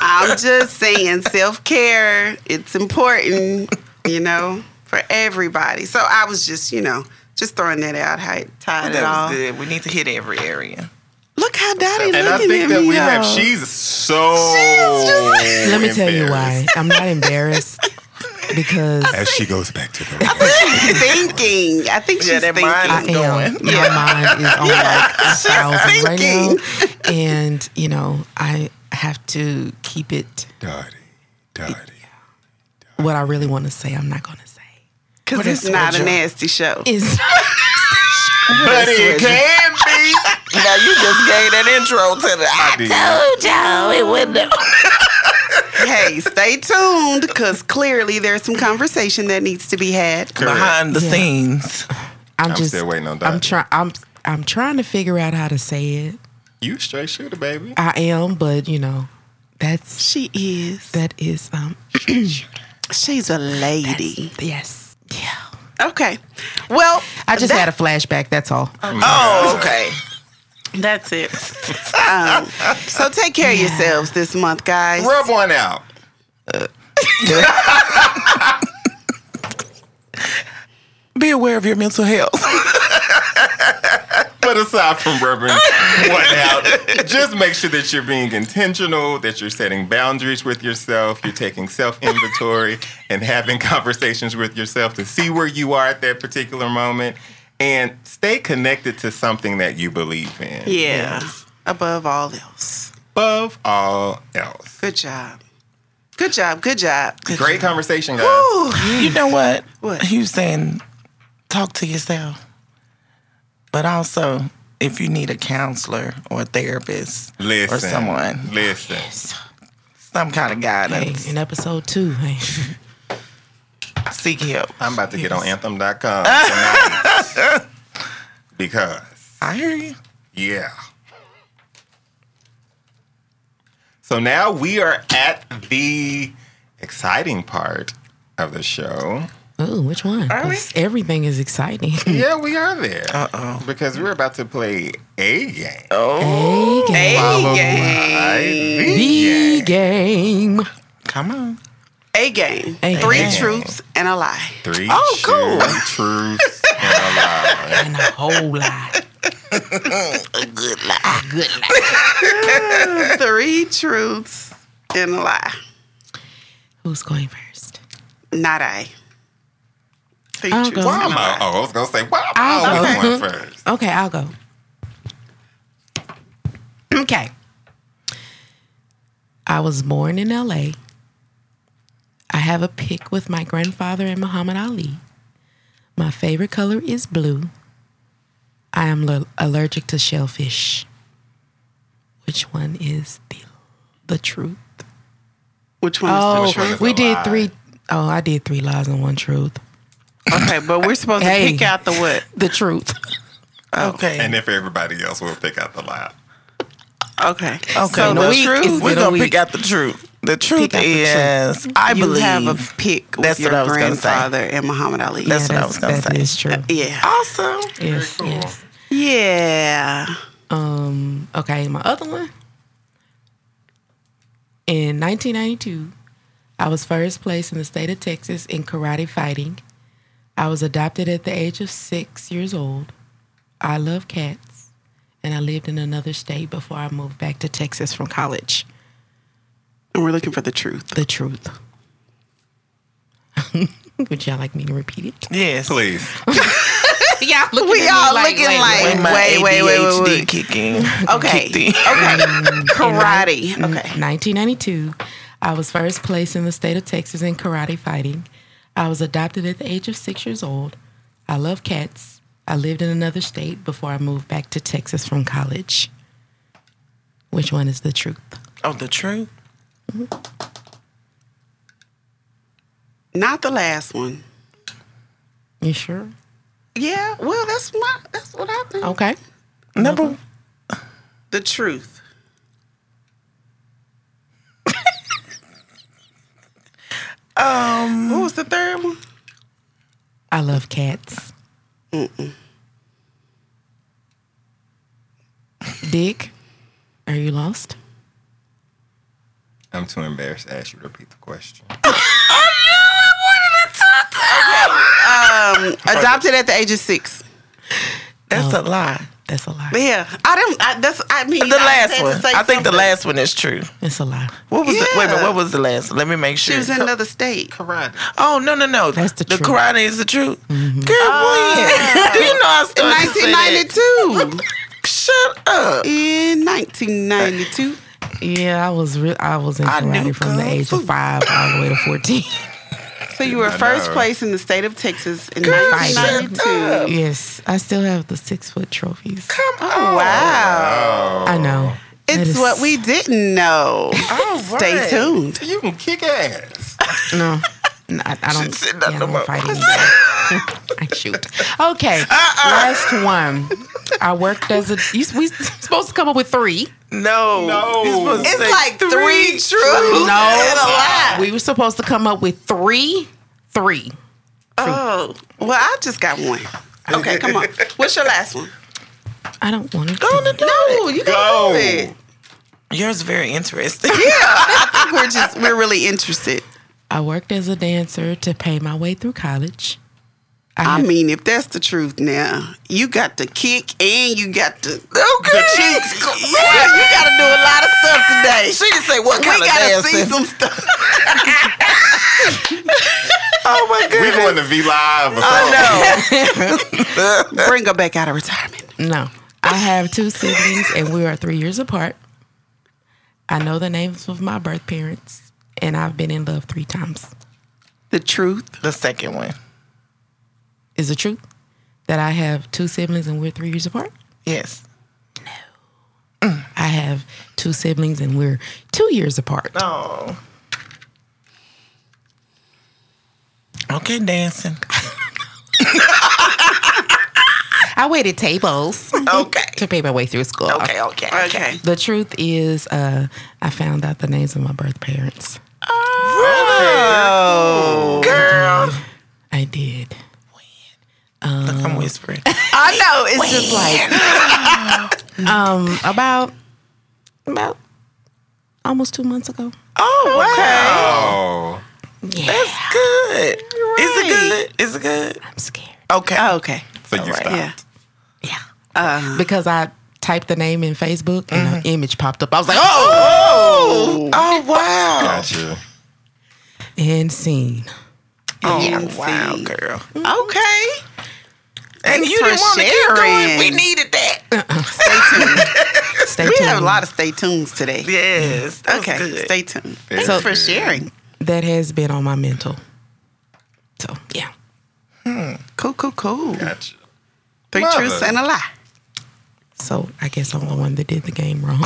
A: I'm just saying, self care, it's important, you know, for everybody. So, I was just, you know, just throwing that out, how it tied it
D: That
A: all.
D: was good. We need to hit every area.
A: Look how Dottie looking
C: And I
A: at me.
C: think that we have.
A: y'all.
C: She's so.
B: Let me tell you why. I'm not embarrassed because
C: As she goes back to the
A: thinking. I think she's
D: Yeah, that
A: thinking.
D: mind
B: I
D: is going.
B: am. My mind is on like a thousand right now, and you know I have to keep it.
C: Dottie, Dottie.
B: What I really want to say, I'm not going to say.
A: Because it's not a nasty show.
B: Is
C: But it can be.
D: Now you just gave that intro to the
C: I did.
A: hey, stay tuned because clearly there's some conversation that needs to be had.
D: behind the
B: Yeah.
D: scenes.
B: I'm,
C: I'm
B: just
C: still waiting on
B: I'm
C: Dottie.
B: trying. I'm I'm trying to figure out how to say it.
C: You straight shooter, baby.
B: I am, but you know, that's
A: She is.
B: that is um
A: She's a lady.
B: yes. Yeah.
A: Okay. Well,
B: I just had a flashback, that's all.
D: Oh, okay.
A: that's it. um, so take care of yourselves this month, guys.
C: Rub one out.
D: Be aware of your mental health.
C: But aside from rubbing one out, just make sure that you're being intentional, that you're setting boundaries with yourself, you're taking self inventory and having conversations with yourself to see where you are at that particular moment and stay connected to something that you believe in.
A: Yeah. Above all else.
C: Above all else.
A: Good job. Good job. Good job.
C: Great conversation, guys.
A: Ooh.
D: you know what?
A: What?
D: You saying talk to yourself. But also, if you need a counselor or a therapist
C: Listen.
D: or someone,
C: Listen.
D: some kind of
B: Hey,
D: guidance,
B: in episode two. Hey.
D: seek help.
C: I'm about to get on anthem.com tonight because
D: I hear you.
C: Yeah. So now we are at the exciting part of the show.
B: Oh, which one?
D: Are we?
B: 'Cause Everything is exciting.
C: Yeah, we are there.
D: Uh-oh.
C: Uh, Because we're about to play a game.
D: Oh,
B: A game.
C: Followed by
A: A game.
C: the
B: The
C: game.
B: game.
D: come on.
A: A game.
B: A
A: Three
B: game.
A: truths and a lie.
C: Three
A: Oh, cool.
C: true truths and a lie.
B: And a whole lot.
A: Three truths and a lie.
B: Who's going first?
A: Not I. Three
B: I'll
A: truths
B: go.
C: Why
A: and
C: am
A: a
C: I?
A: lie.
C: Oh, I was gonna say, why am
B: I'll
C: I
B: go.
C: always going first?
B: Okay, I'll go. Okay. I was born in LA. I have a pic with my grandfather and Muhammad Ali. My favorite color is blue. I am l- allergic to shellfish. Which one is the the truth?
A: Which one
B: Oh,
A: is the
C: one
A: truth?
C: is
B: we
C: a
B: did
C: lie?
B: three oh, I did three lies and one truth.
A: Okay, but we're supposed
B: Hey.
A: to pick out the what?
B: The truth.
D: Okay.
C: And if everybody else will pick out the lie.
A: Okay.
D: Okay,
A: So
D: no,
A: the
D: we-
A: truth,
B: Is
D: We're
B: it a
D: gonna
B: week?
D: pick out the truth. The truth
B: out the
D: is, I
A: you
D: believe
A: have a pick with
D: That's
A: your
D: what I was gonna say.
A: grandfather and Muhammad Ali.
D: That's what I Oh, was gonna
B: that
D: say.
B: is true.
A: Yeah.
D: awesome.
B: Yes, yes.
A: Yeah.
B: Um, okay, my other one. In 1992, I was first place in the state of Texas in karate fighting. I was adopted at the age of six years old. I love cats, and I lived in another state before I moved back to Texas from college.
A: And we're looking for the truth.
B: The truth. Would y'all like me to repeat it?
D: Yes.
C: Please.
B: yeah, look
A: We all looking like-
D: When my
A: Wait, wait, wait, wait,
D: ADHD
A: wait. Oh.
D: kicking.
A: Okay.
D: kicked in.
A: Okay. Karate.
B: In
A: Okay.
B: 1992, I was first place in the state of Texas in karate fighting. I was adopted at the age of six years old. I love cats. I lived in another state before I moved back to Texas from college. Which one is the truth?
D: Oh, the truth.
A: Not the last one.
B: You sure?
A: Yeah. Well, that's my. That's what I think.
B: Okay.
A: Oh.
D: Number.
A: The truth.
D: Um.
A: What was the third one?
B: I love cats. Dick, are you lost?
C: I'm too embarrassed to ask you to repeat the question.
A: Adopted at the age of six.
D: That's
A: Oh.
D: a lie.
B: That's a lie.
A: Yeah. I don't. I, that's. I mean.
D: The last one. I think the last one is true.
B: It's a lie.
D: What was the, wait a minute?
A: Yeah.
D: What was the last? Let me make sure.
A: She was in another state.
C: Karate.
D: oh no no no!
B: That's the
D: the
B: truth.
D: karate is the truth. Girl, when? Do you know I
A: Mm-hmm. Oh. In
D: started to say that?
A: 1992.
D: Shut up.
A: In 1992.
B: Yeah, I was re- I was in
D: I
B: karate
D: knew
B: from the
D: kung
B: age
D: fu.
B: of five all the way to fourteen.
A: So you were
C: I
A: first
C: know.
A: place in the state of Texas in
B: shut
A: 1992.
B: yes, I still have the six foot trophies.
D: Come
A: Oh.
D: on.
A: Wow.
D: Oh.
B: I know. That
A: It's
B: is-
A: what we didn't know.
D: All
A: Stay
D: right.
A: tuned.
C: You can kick ass.
B: No, no, I, I don't.
D: Shouldn't say
B: Yeah,
D: nothing
B: I don't
D: about-
B: fight anymore. I shoot. Okay,
D: Uh-uh.
B: last one. I worked as a. You, we supposed to come up with three.
D: No.
C: No.
D: You're supposed to
A: It's
D: say
A: like three, truths and a lie.
B: we were supposed to come up with three, three.
A: Oh, well, I just got one. Okay, come on. What's your last one?
B: I don't want to.
D: Gonna do it.
A: No, you
C: Go.
A: got it.
D: Yours very interesting.
A: I think we're just we're really interested.
B: I worked as a dancer to pay my way through college.
A: I mean, if that's the truth, now you got to kick and you got to the cheeks. Yeah, you got to do a lot of stuff today.
D: She didn't say what
A: we
D: kind of
A: gotta see
D: dancing.
A: some stuff.
D: Oh my
C: We
D: goodness.
C: going to V Live or something.
D: I know.
A: Bring her back out of retirement.
B: No. I have two siblings and we are three years apart. I know the names of my birth parents and I've been in love three times.
A: The truth.
D: the second one.
B: Is it true that I have two siblings and we're three years apart?
D: Yes.
B: I have two siblings and we're two years apart.
D: Oh. Okay, dancing.
B: I waited tables
D: Okay.
B: to pay my way through school.
D: Okay, okay, okay.
B: The truth is, uh, I found out the names of my birth parents.
D: Oh, girl.
B: I was like, um, about about almost two months ago.
D: Oh, wow.
C: Oh.
B: Yeah,
D: That's good. Is it good? Is it good?
B: I'm scared.
D: Okay.
A: Oh, okay.
C: So you
D: All right.
C: stopped.
A: Yeah.
B: Yeah, because I typed the name in Facebook and an
D: Mm-hmm.
B: image popped up. I was like, oh,
D: Oh, oh wow.
C: Gotcha.
B: and seen.
D: Oh, wow, girl.
A: Mm-hmm. Okay.
D: And
A: Thanks
D: you
A: for
D: didn't want to keep going.
A: sharing.
D: We needed that.
B: Stay
A: We
B: tuned.
A: have a lot of stay tunes today.
D: Yes. That
A: okay.
D: Was good.
A: Stay tuned.
C: Very
A: Thanks
C: So-
A: for
C: good.
A: sharing.
B: that has been on my mental. So yeah,
A: Cool, cool, cool.
C: Gotcha.
A: Three
C: Love
A: truths
C: it.
A: and a lie.
B: so I guess I'm the one that did the game wrong.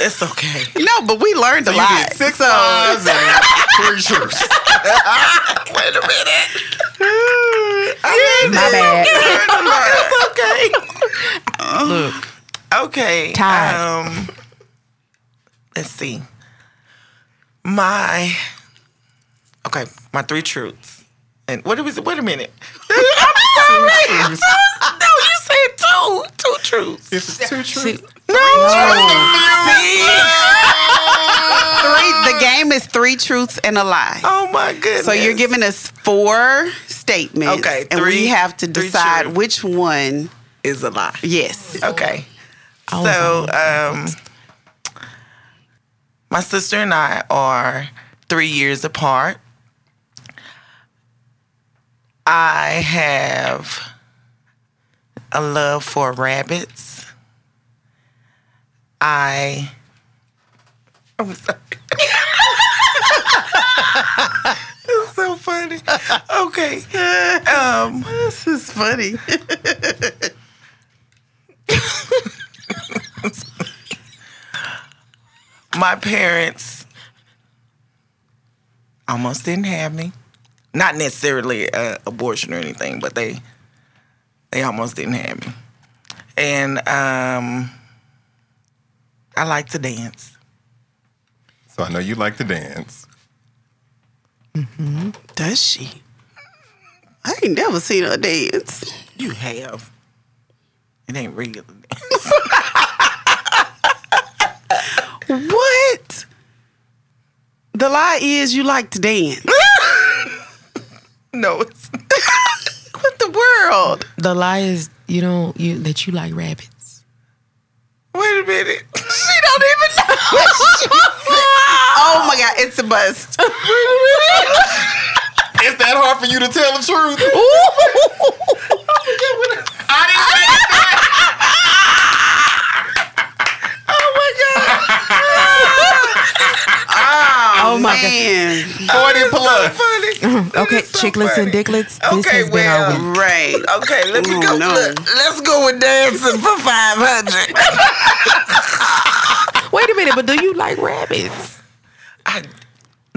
D: It's okay.
A: No, but we learned a
C: You
A: lot.
C: did six
A: so
C: lies and three truths.
D: Wait a minute.
B: my bad.
D: it's okay.
B: Look,
D: Okay.
B: Tied.
D: Um, let's see. My okay, my three truths. And what was it? Wait a minute. I'm sorry. no, you said two, two truths.
C: It's two truths.
B: see,
D: No, See?
A: three, the game is three truths and a lie.
D: Oh my goodness.
A: So you're giving us four statements.
D: Okay,
A: and
D: three-
A: we have to
D: three
A: decide
D: truths.
A: which one.
D: is a lie.
A: Yes.
D: Okay.
B: I was
D: So,
B: on-
D: um, my sister and I are three years apart. I have a love for rabbits. I. I'm sorry. it's so funny. Okay. Um,
A: This is funny.
D: my parents almost didn't have me. Not necessarily uh, abortion or anything, but they they almost didn't have me. And um, I like to dance.
C: So I know you like to dance.
A: Does she? I ain't never seen her dance.
D: You have. It ain't real.
A: What? The lie is you like to dance.
D: no, it's
A: what the world?
B: the lie is you don't you that you like rabbits.
D: wait a minute.
A: She don't even know. oh my God, it's a bust.
C: Is that hard for you to tell the truth? I didn't say that.
A: Oh,
B: my God.
A: man.
C: 40 plus.
D: Funny.
B: Okay,
D: It is so
B: chicklets and
D: funny.
B: dicklets. This
D: Okay,
B: has been
D: well,
B: our week.
A: Right.
D: Okay, let me
A: Oh,
D: go.
A: no.
D: Look, let's go with dancing for five hundred.
B: Wait a minute, but do you like rabbits?
D: I,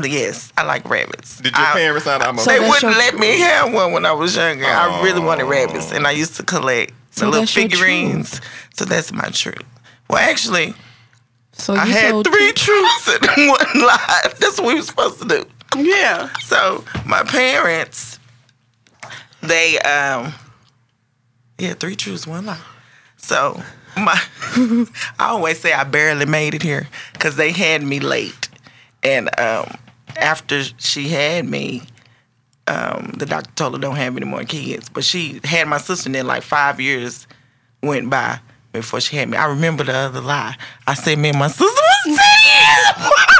D: yes, I like rabbits.
C: Did your
D: I-
C: parents not? I'm a-
B: So
D: They
B: that's
D: wouldn't
B: your-
D: let me have one when I was younger.
C: Oh.
D: I really wanted rabbits, and I used to collect the
B: So
D: little
B: that's your
D: figurines. So that's my truth. Well, actually,
B: So you
D: I had
B: told
D: three
B: you-
D: truths and one lie. That's what we were supposed to do.
A: Yeah.
D: So my parents, they um, yeah, three truths, one lie. So my, I always say I barely made it here because they had me late, and um, after she had me, um, the doctor told her don't have any more kids. But she had my sister, and then like five years went by before she had me. I remember the other lie. I said me and my sister was ten years apart.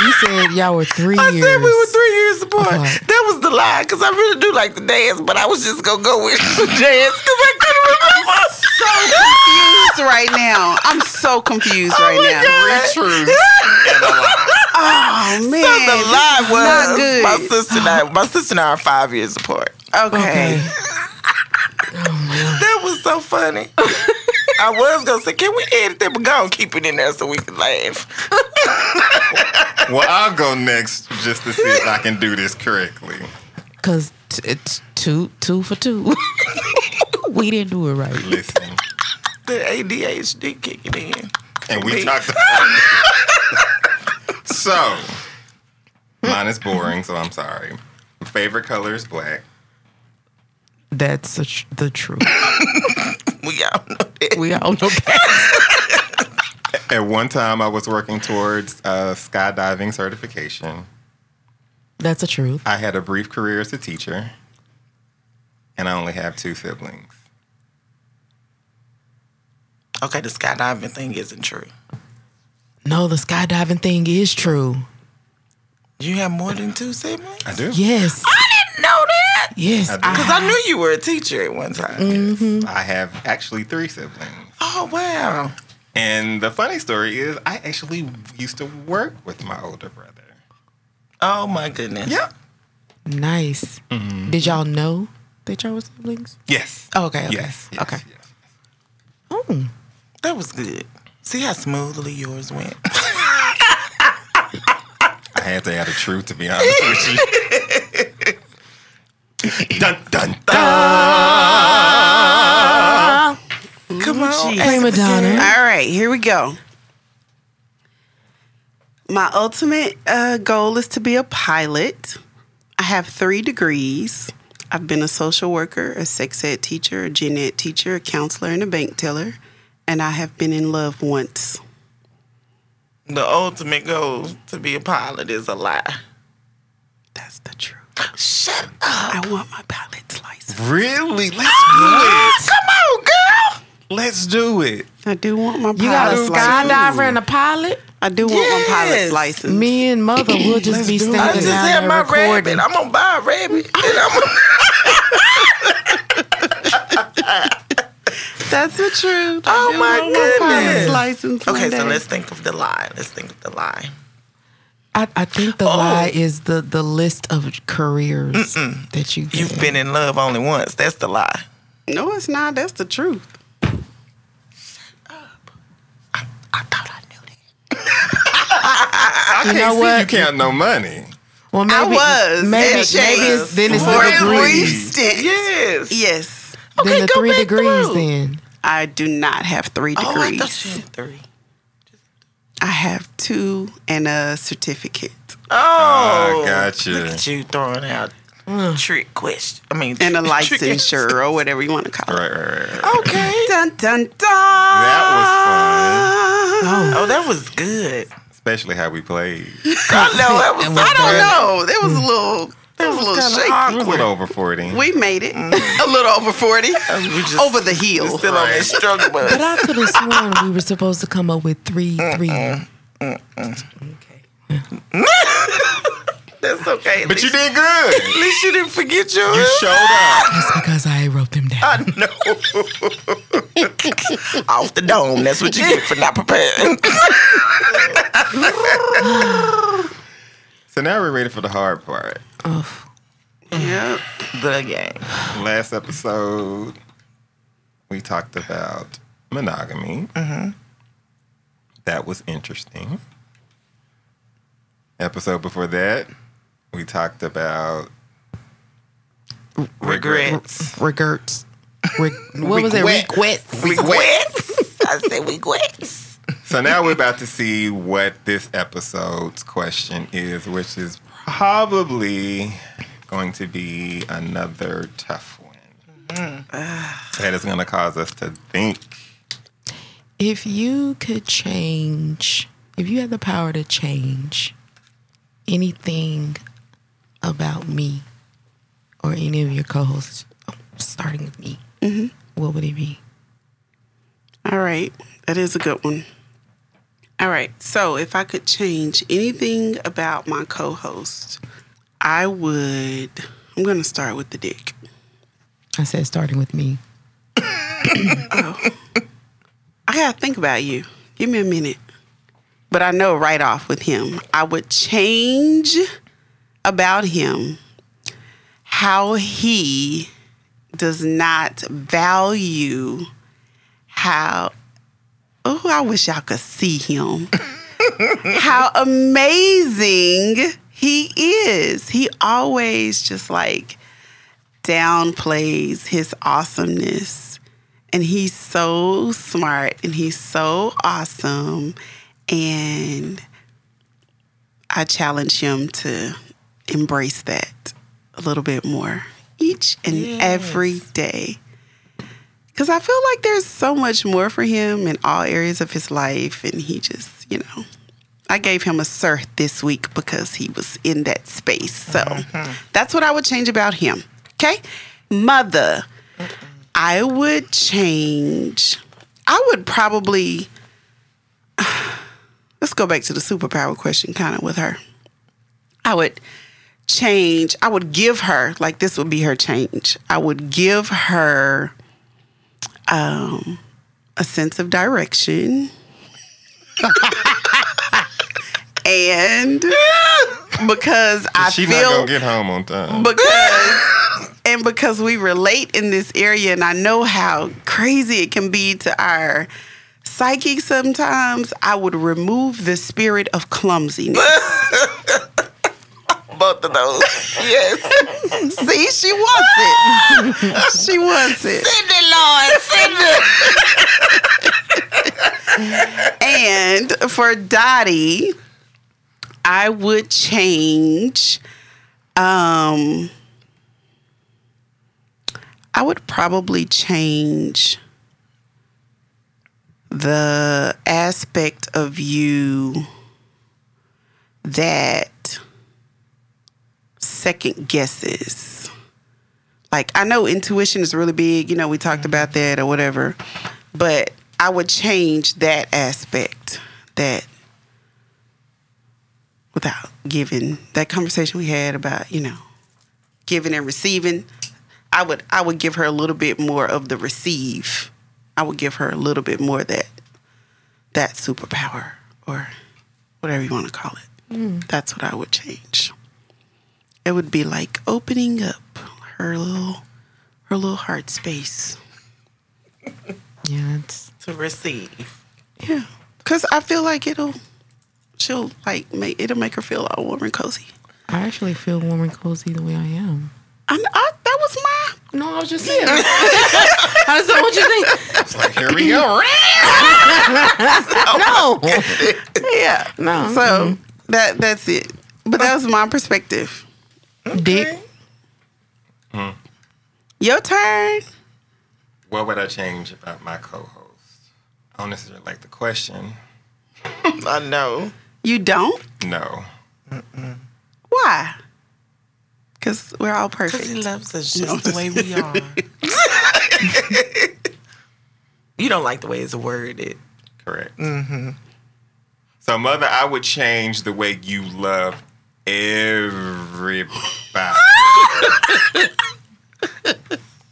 B: You said y'all were three
D: I
B: years.
D: said we were three years apart.
A: Uh-huh.
B: apart.
D: That was the lie, because I really do like the dance, but I was just gonna go with the dance because I couldn't remember.
A: So confused right now. I'm so confused right now.
D: Oh God.
C: Truth. And a lie.
A: Oh man.
D: So the lie
A: It's
D: was
A: not good.
D: my sister and I. My sister and I are five years apart.
A: okay.
B: Okay.
D: That was so funny. I was gonna say, can we edit that? But go on, keep it in there so we can laugh.
C: Well, I'll go next just to see if I can do this correctly.
B: Cause t- it's two two for two. we didn't do it right.
C: Listen.
D: The ADHD kicking in.
C: And
D: Me.
C: we talked about it. So, mine is boring, so I'm sorry. Favorite color is black.
B: That's a tr- the truth.
D: We all know that.
B: We all know that.
C: At one time, I was working towards uh, skydiving certification.
B: That's the truth.
C: I had a brief career as a teacher, and I only have two siblings.
D: Okay, the skydiving thing isn't true.
B: No, the skydiving thing is true.
D: You have more than two siblings?
C: I do.
B: Yes.
D: I didn't know that.
B: Yes.
C: I do. Mm-hmm.
D: Because I knew you were a teacher at one time.
A: Mm.
C: I have actually three siblings.
D: Oh, wow.
C: And the funny story is, I actually used to work with my older brother.
D: Oh, my goodness.
B: Nice.
D: Mm-hmm.
B: Did y'all know that y'all were siblings?
C: Yes.
B: Oh, okay. okay.
C: Yes. yes,
B: okay.
C: yes.
B: Oh,
D: That was good. See how smoothly yours went?
C: I had to add a truth to be honest with you. dun dun dun.
D: Come on.
B: prima donna.
A: All right, here we go. My ultimate uh, goal is to be a pilot. I have three degrees. I've been a social worker, a sex ed teacher, a gen ed teacher, a counselor, and a bank teller. And I have been in love once.
D: The ultimate goal to be a pilot is a lie.
A: That's the truth.
D: Shut up.
A: I want my pilot's license.
C: Really? Let's do it.
D: Come on, girl.
C: Let's do it.
A: I do want my
B: You got a
A: pilot's license.
B: skydiver and a pilot?
A: I do want my
D: Yes.
A: pilot's license.
B: Me and mother will just be
D: I
B: standing
D: just
B: down
D: had
B: there
D: my
B: recording.
D: rabbit. I'm gonna buy a rabbit. And I'm gonna...
A: That's the truth. I
D: Oh
A: do
D: my
A: want My
D: goodness.
A: pilot's license. one
D: Okay, so
A: day.
D: let's think of the lie. Let's think of the lie.
B: I, I think the lie
D: Oh.
B: is the, the list of careers that you
D: You've been in love only once. That's the lie.
A: No, it's not. That's the truth.
D: I thought I knew that.
C: I can't
B: know
C: see
B: what?
C: you count no money.
B: Well, maybe,
A: I was.
B: Maybe,
A: Yes,
B: maybe
A: yes.
B: it's, then it's
A: For
B: the
A: a brief
B: degrees.
A: stint.
D: Yes.
A: Yes.
B: then the
D: go
B: three
D: back
B: degrees.
D: through.
B: Then
A: I do not have three
D: Oh, I
A: degrees.
D: thought you had three.
A: I have two and a certificate.
C: I
D: Oh,
C: Ah, gotcha.
D: Look at you throwing out Mm. trick questions. I mean,
A: And a
D: trick-
A: licensure or whatever you want to call it.
C: Right, right, right. right.
D: Okay.
A: Dun dun dun.
C: That
A: was fun.
D: Oh, that was good.
C: Especially how we played.
D: I know that was.
A: I
D: I
A: don't know. That
B: Hmm.
A: was a little that was a little
D: kinda
A: shaky.
C: We was a little over 40.
A: We made it.
B: Hmm.
A: a little over forty.
D: don't. We just
A: over the hill.
D: still on this struggle bus.
B: but I could have sworn we were supposed to come up with three, three. Okay.
D: That's okay. At
C: But you
D: least-
C: did good.
D: At least you didn't forget yours.
C: You showed up.
B: That's because I wrote them down.
D: off the dome. That's what you get for not preparing.
C: So now we're ready for the hard part.
B: Oh,
A: Yep.
D: the game.
C: Last episode, we talked about monogamy. That was interesting. Episode before that, we talked about
D: Regrets.
B: regrets. Reg- what was it?
C: Regrets.
B: Regrets.
D: Regrets. I say regrets.
C: So now we're about to see what this episode's question is, which is probably going to be another tough one. That is going to cause us to think.
B: If you could change, if you had the power to change anything about me or any of your co-hosts, oh, starting with me,
A: Mm-hmm.
B: what would it be?
A: All right. That is a good one. All right. So, if I could change anything about my co host, I would. I'm going to start with the dick.
B: I said starting with me.
A: I got to think about you. Give me a minute. But I know right off with him, I would change about him how he does not value how oh i wish y'all could see him how amazing he is he always just like downplays his awesomeness and he's so smart and he's so awesome and i challenge him to embrace that a little bit more each and every day Because I feel like there's so much more for him in all areas of his life. And he just, you know, I gave him a sir this week because he was in that space. So that's what I would change about him. Okay. Mother, I would change, I would probably, let's go back to the superpower question kind of with her. I would change, I would give her, like this would be her change. I would give her um, a sense of direction. and because I
C: She's
A: feel
C: not gonna get home on time.
A: because and because we relate in this area and I know how crazy it can be to our psyche sometimes, I would remove the spirit of clumsiness.
D: Both of those. Yes.
A: See, she wants it. she wants it.
D: Send it, Lord. Send it.
A: And for Dottie, I would change. Um, I would probably change the aspect of you that second guesses. Like, I know intuition is really big, you know, we talked about that or whatever, but I would change that aspect that without giving that conversation we had about, you know, giving and receiving. I would I would give her a little bit more of the receive. I would give her a little bit more of that that superpower or whatever you want to call it. That's what I would change it would be like opening up her little her little heart space.
B: Yeah, it's
D: To receive.
A: Yeah, because I feel like it'll she'll like make it'll make her feel all warm and cozy.
B: I actually feel warm and cozy the way I am.
A: I, I that was my
B: No, I was just saying. I just don't want you to think.
C: It's like, here we go.
A: yeah.
B: No.
A: So
B: Mm-hmm.
A: that that's it. But that was my perspective.
B: Dick.
A: Your turn.
C: what would I change about my co-host? I don't necessarily like the question.
D: I know.
A: You don't?
C: No.
A: Why? Because we're all perfect.
D: Because he loves us just the way we are. you don't like the way it's worded.
C: Correct. Mm-hmm. So, mother, I would change the way you love everybody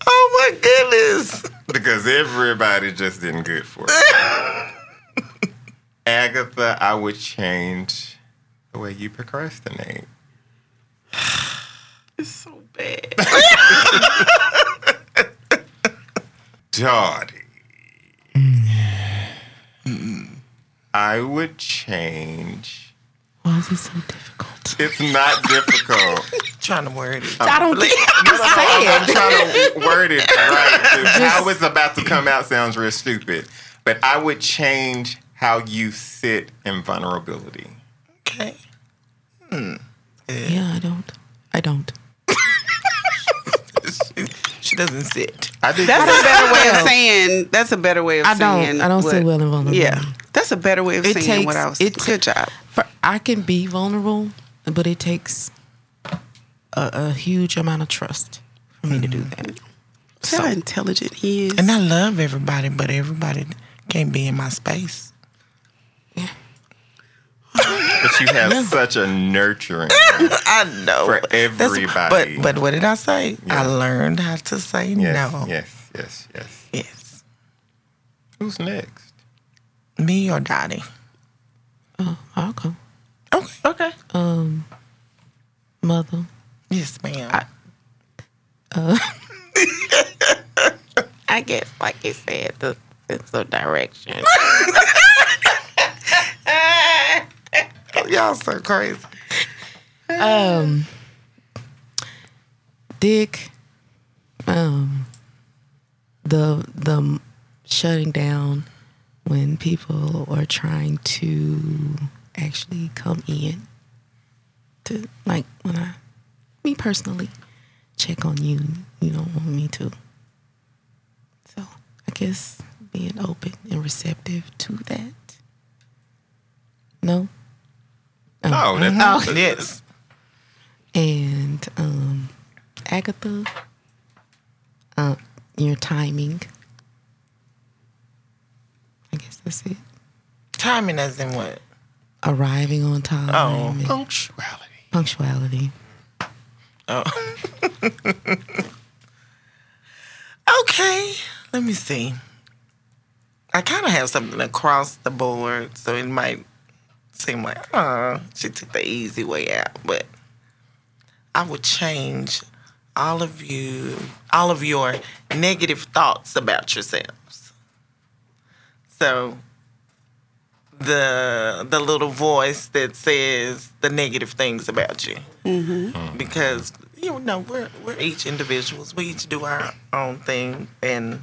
D: Oh my goodness.
C: because everybody just didn't good for it. Agatha, I would change the way you procrastinate.
A: It's so bad.
C: Dottie, I would change.
B: Why is it so difficult?
C: It's not difficult.
D: Trying to word it.
B: I don't think
C: No, I'm trying to word it right. 'cause how it's about to come out sounds real stupid. But I would change how you sit in vulnerability.
D: Okay.
B: Yeah, I don't. I don't.
D: She doesn't sit.
C: I think
A: That's a better way
B: Well.
A: of saying. That's a better way of
B: I don't-
A: saying.
B: I don't say well and vulnerable.
A: Yeah, that's a better way of
B: It
A: saying what
B: takes-
A: I was.
B: it
A: good job.
B: For, I can be vulnerable, but it takes a, a huge amount of trust for me to do that.
A: See how intelligent he is.
D: And I love everybody, but everybody can't be in my space.
C: that you have such a nurturing
D: I know.
C: for
D: That's-
C: everybody.
D: But but what did I say? I learned how to say
C: yes,
D: no.
C: yes, yes, yes.
D: Yes.
C: Who's next?
D: Me or Dottie?
B: Oh, I'll go.
D: Okay. Okay.
B: Um, mother.
D: Yes, ma'am.
B: uh, I guess, like you said, the sense of direction.
D: Y'all so crazy.
B: Um, Dick. Um, the the shutting down when people are trying to actually come in to like when I me personally check on you. You don't want me to. So just being open and receptive to that. No.
C: No, Oh, that's
D: Mm-hmm. Oh, Yes.
B: And um, Agatha, uh, your timing. I guess that's it.
D: Timing as in what?
B: Arriving on time.
D: Oh.
B: and
C: punctuality.
B: Punctuality.
D: Okay, let me see. I kind of have something across the board, so it might seem like, oh, she took the easy way out. But I would change all of you, all of your negative thoughts about yourselves. So the the little voice that says the negative things about you because you know we're we're each individuals. We each do our own thing, and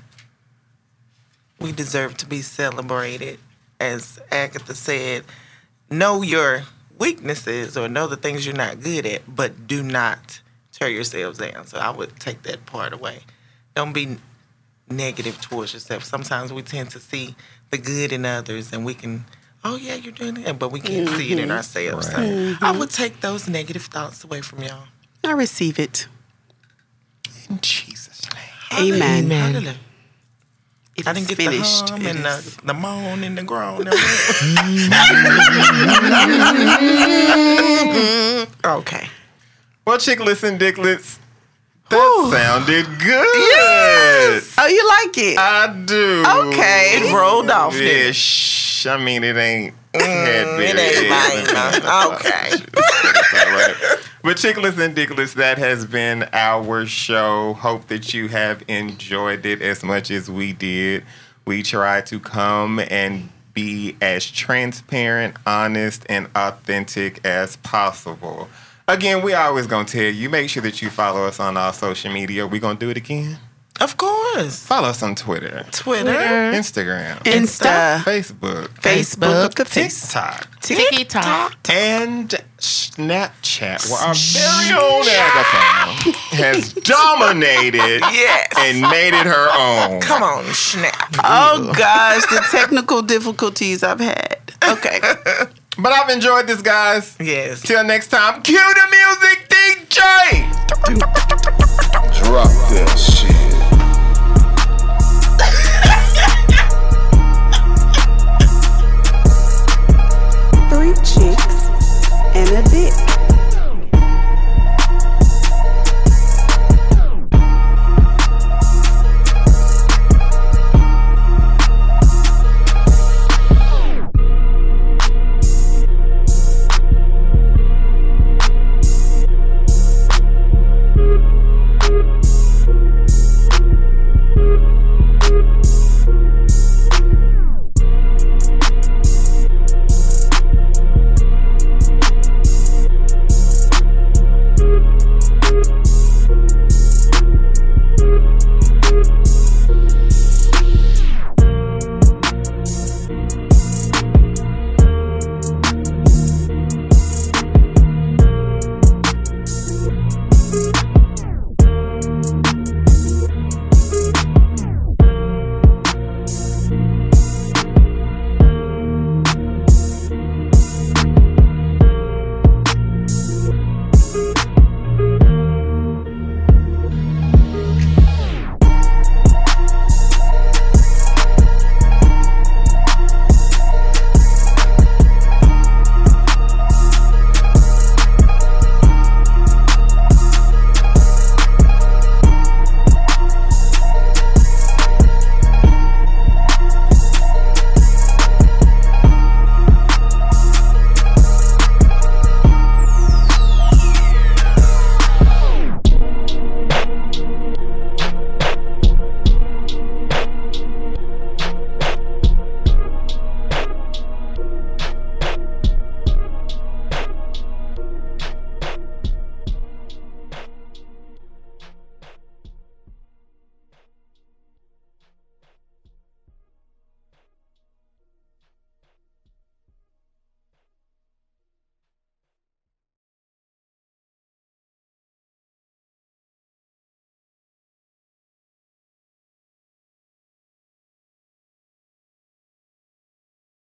D: we deserve to be celebrated. As Agatha said, know your weaknesses or know the things you're not good at, but do not tear yourselves down. So I would take that part away. Don't be negative towards yourself. Sometimes we tend to see the good in others, and we can. Oh yeah, you're doing it, but we can't see it in ourselves. So I would take those negative thoughts away from y'all.
A: I receive it.
C: In Jesus' name.
A: Amen.
B: Amen.
D: Hallelujah.
A: It
D: I
A: is
D: didn't get
A: finished.
D: the hum
A: It
D: and
A: is-
D: the, the moan and the groan.
A: Okay.
C: Well, chicklets and dicklets, that sounded good. Yes.
A: Oh, you like it?
C: I do.
A: Okay.
D: Uh, It rolled off.
C: Yeah,
D: didn't
C: shh. I mean, it ain't. Cadbury.
D: it ain't mine. Okay.
C: All right. But Chicklets and Dicklets, that has been our show. Hope that you have enjoyed it as much as we did. We try to come and be as transparent, honest, and authentic as possible. Again, we always gonna tell you, make sure that you follow us on our social media. we gonna do it again.
D: Of course.
C: Follow us on Twitter,
D: Twitter.
C: Instagram,
A: Insta,
C: Facebook,
A: Facebook, the face.
C: TikTok,
B: TikTok.
C: and Snapchat, where our very own Agatha has dominated
D: Yes.
C: and made it her own.
D: Come on, snap.
A: Oh gosh, the technical difficulties I've had. Okay.
C: But I've enjoyed this, guys.
D: Yes.
C: Till next time, cue the music, DJ.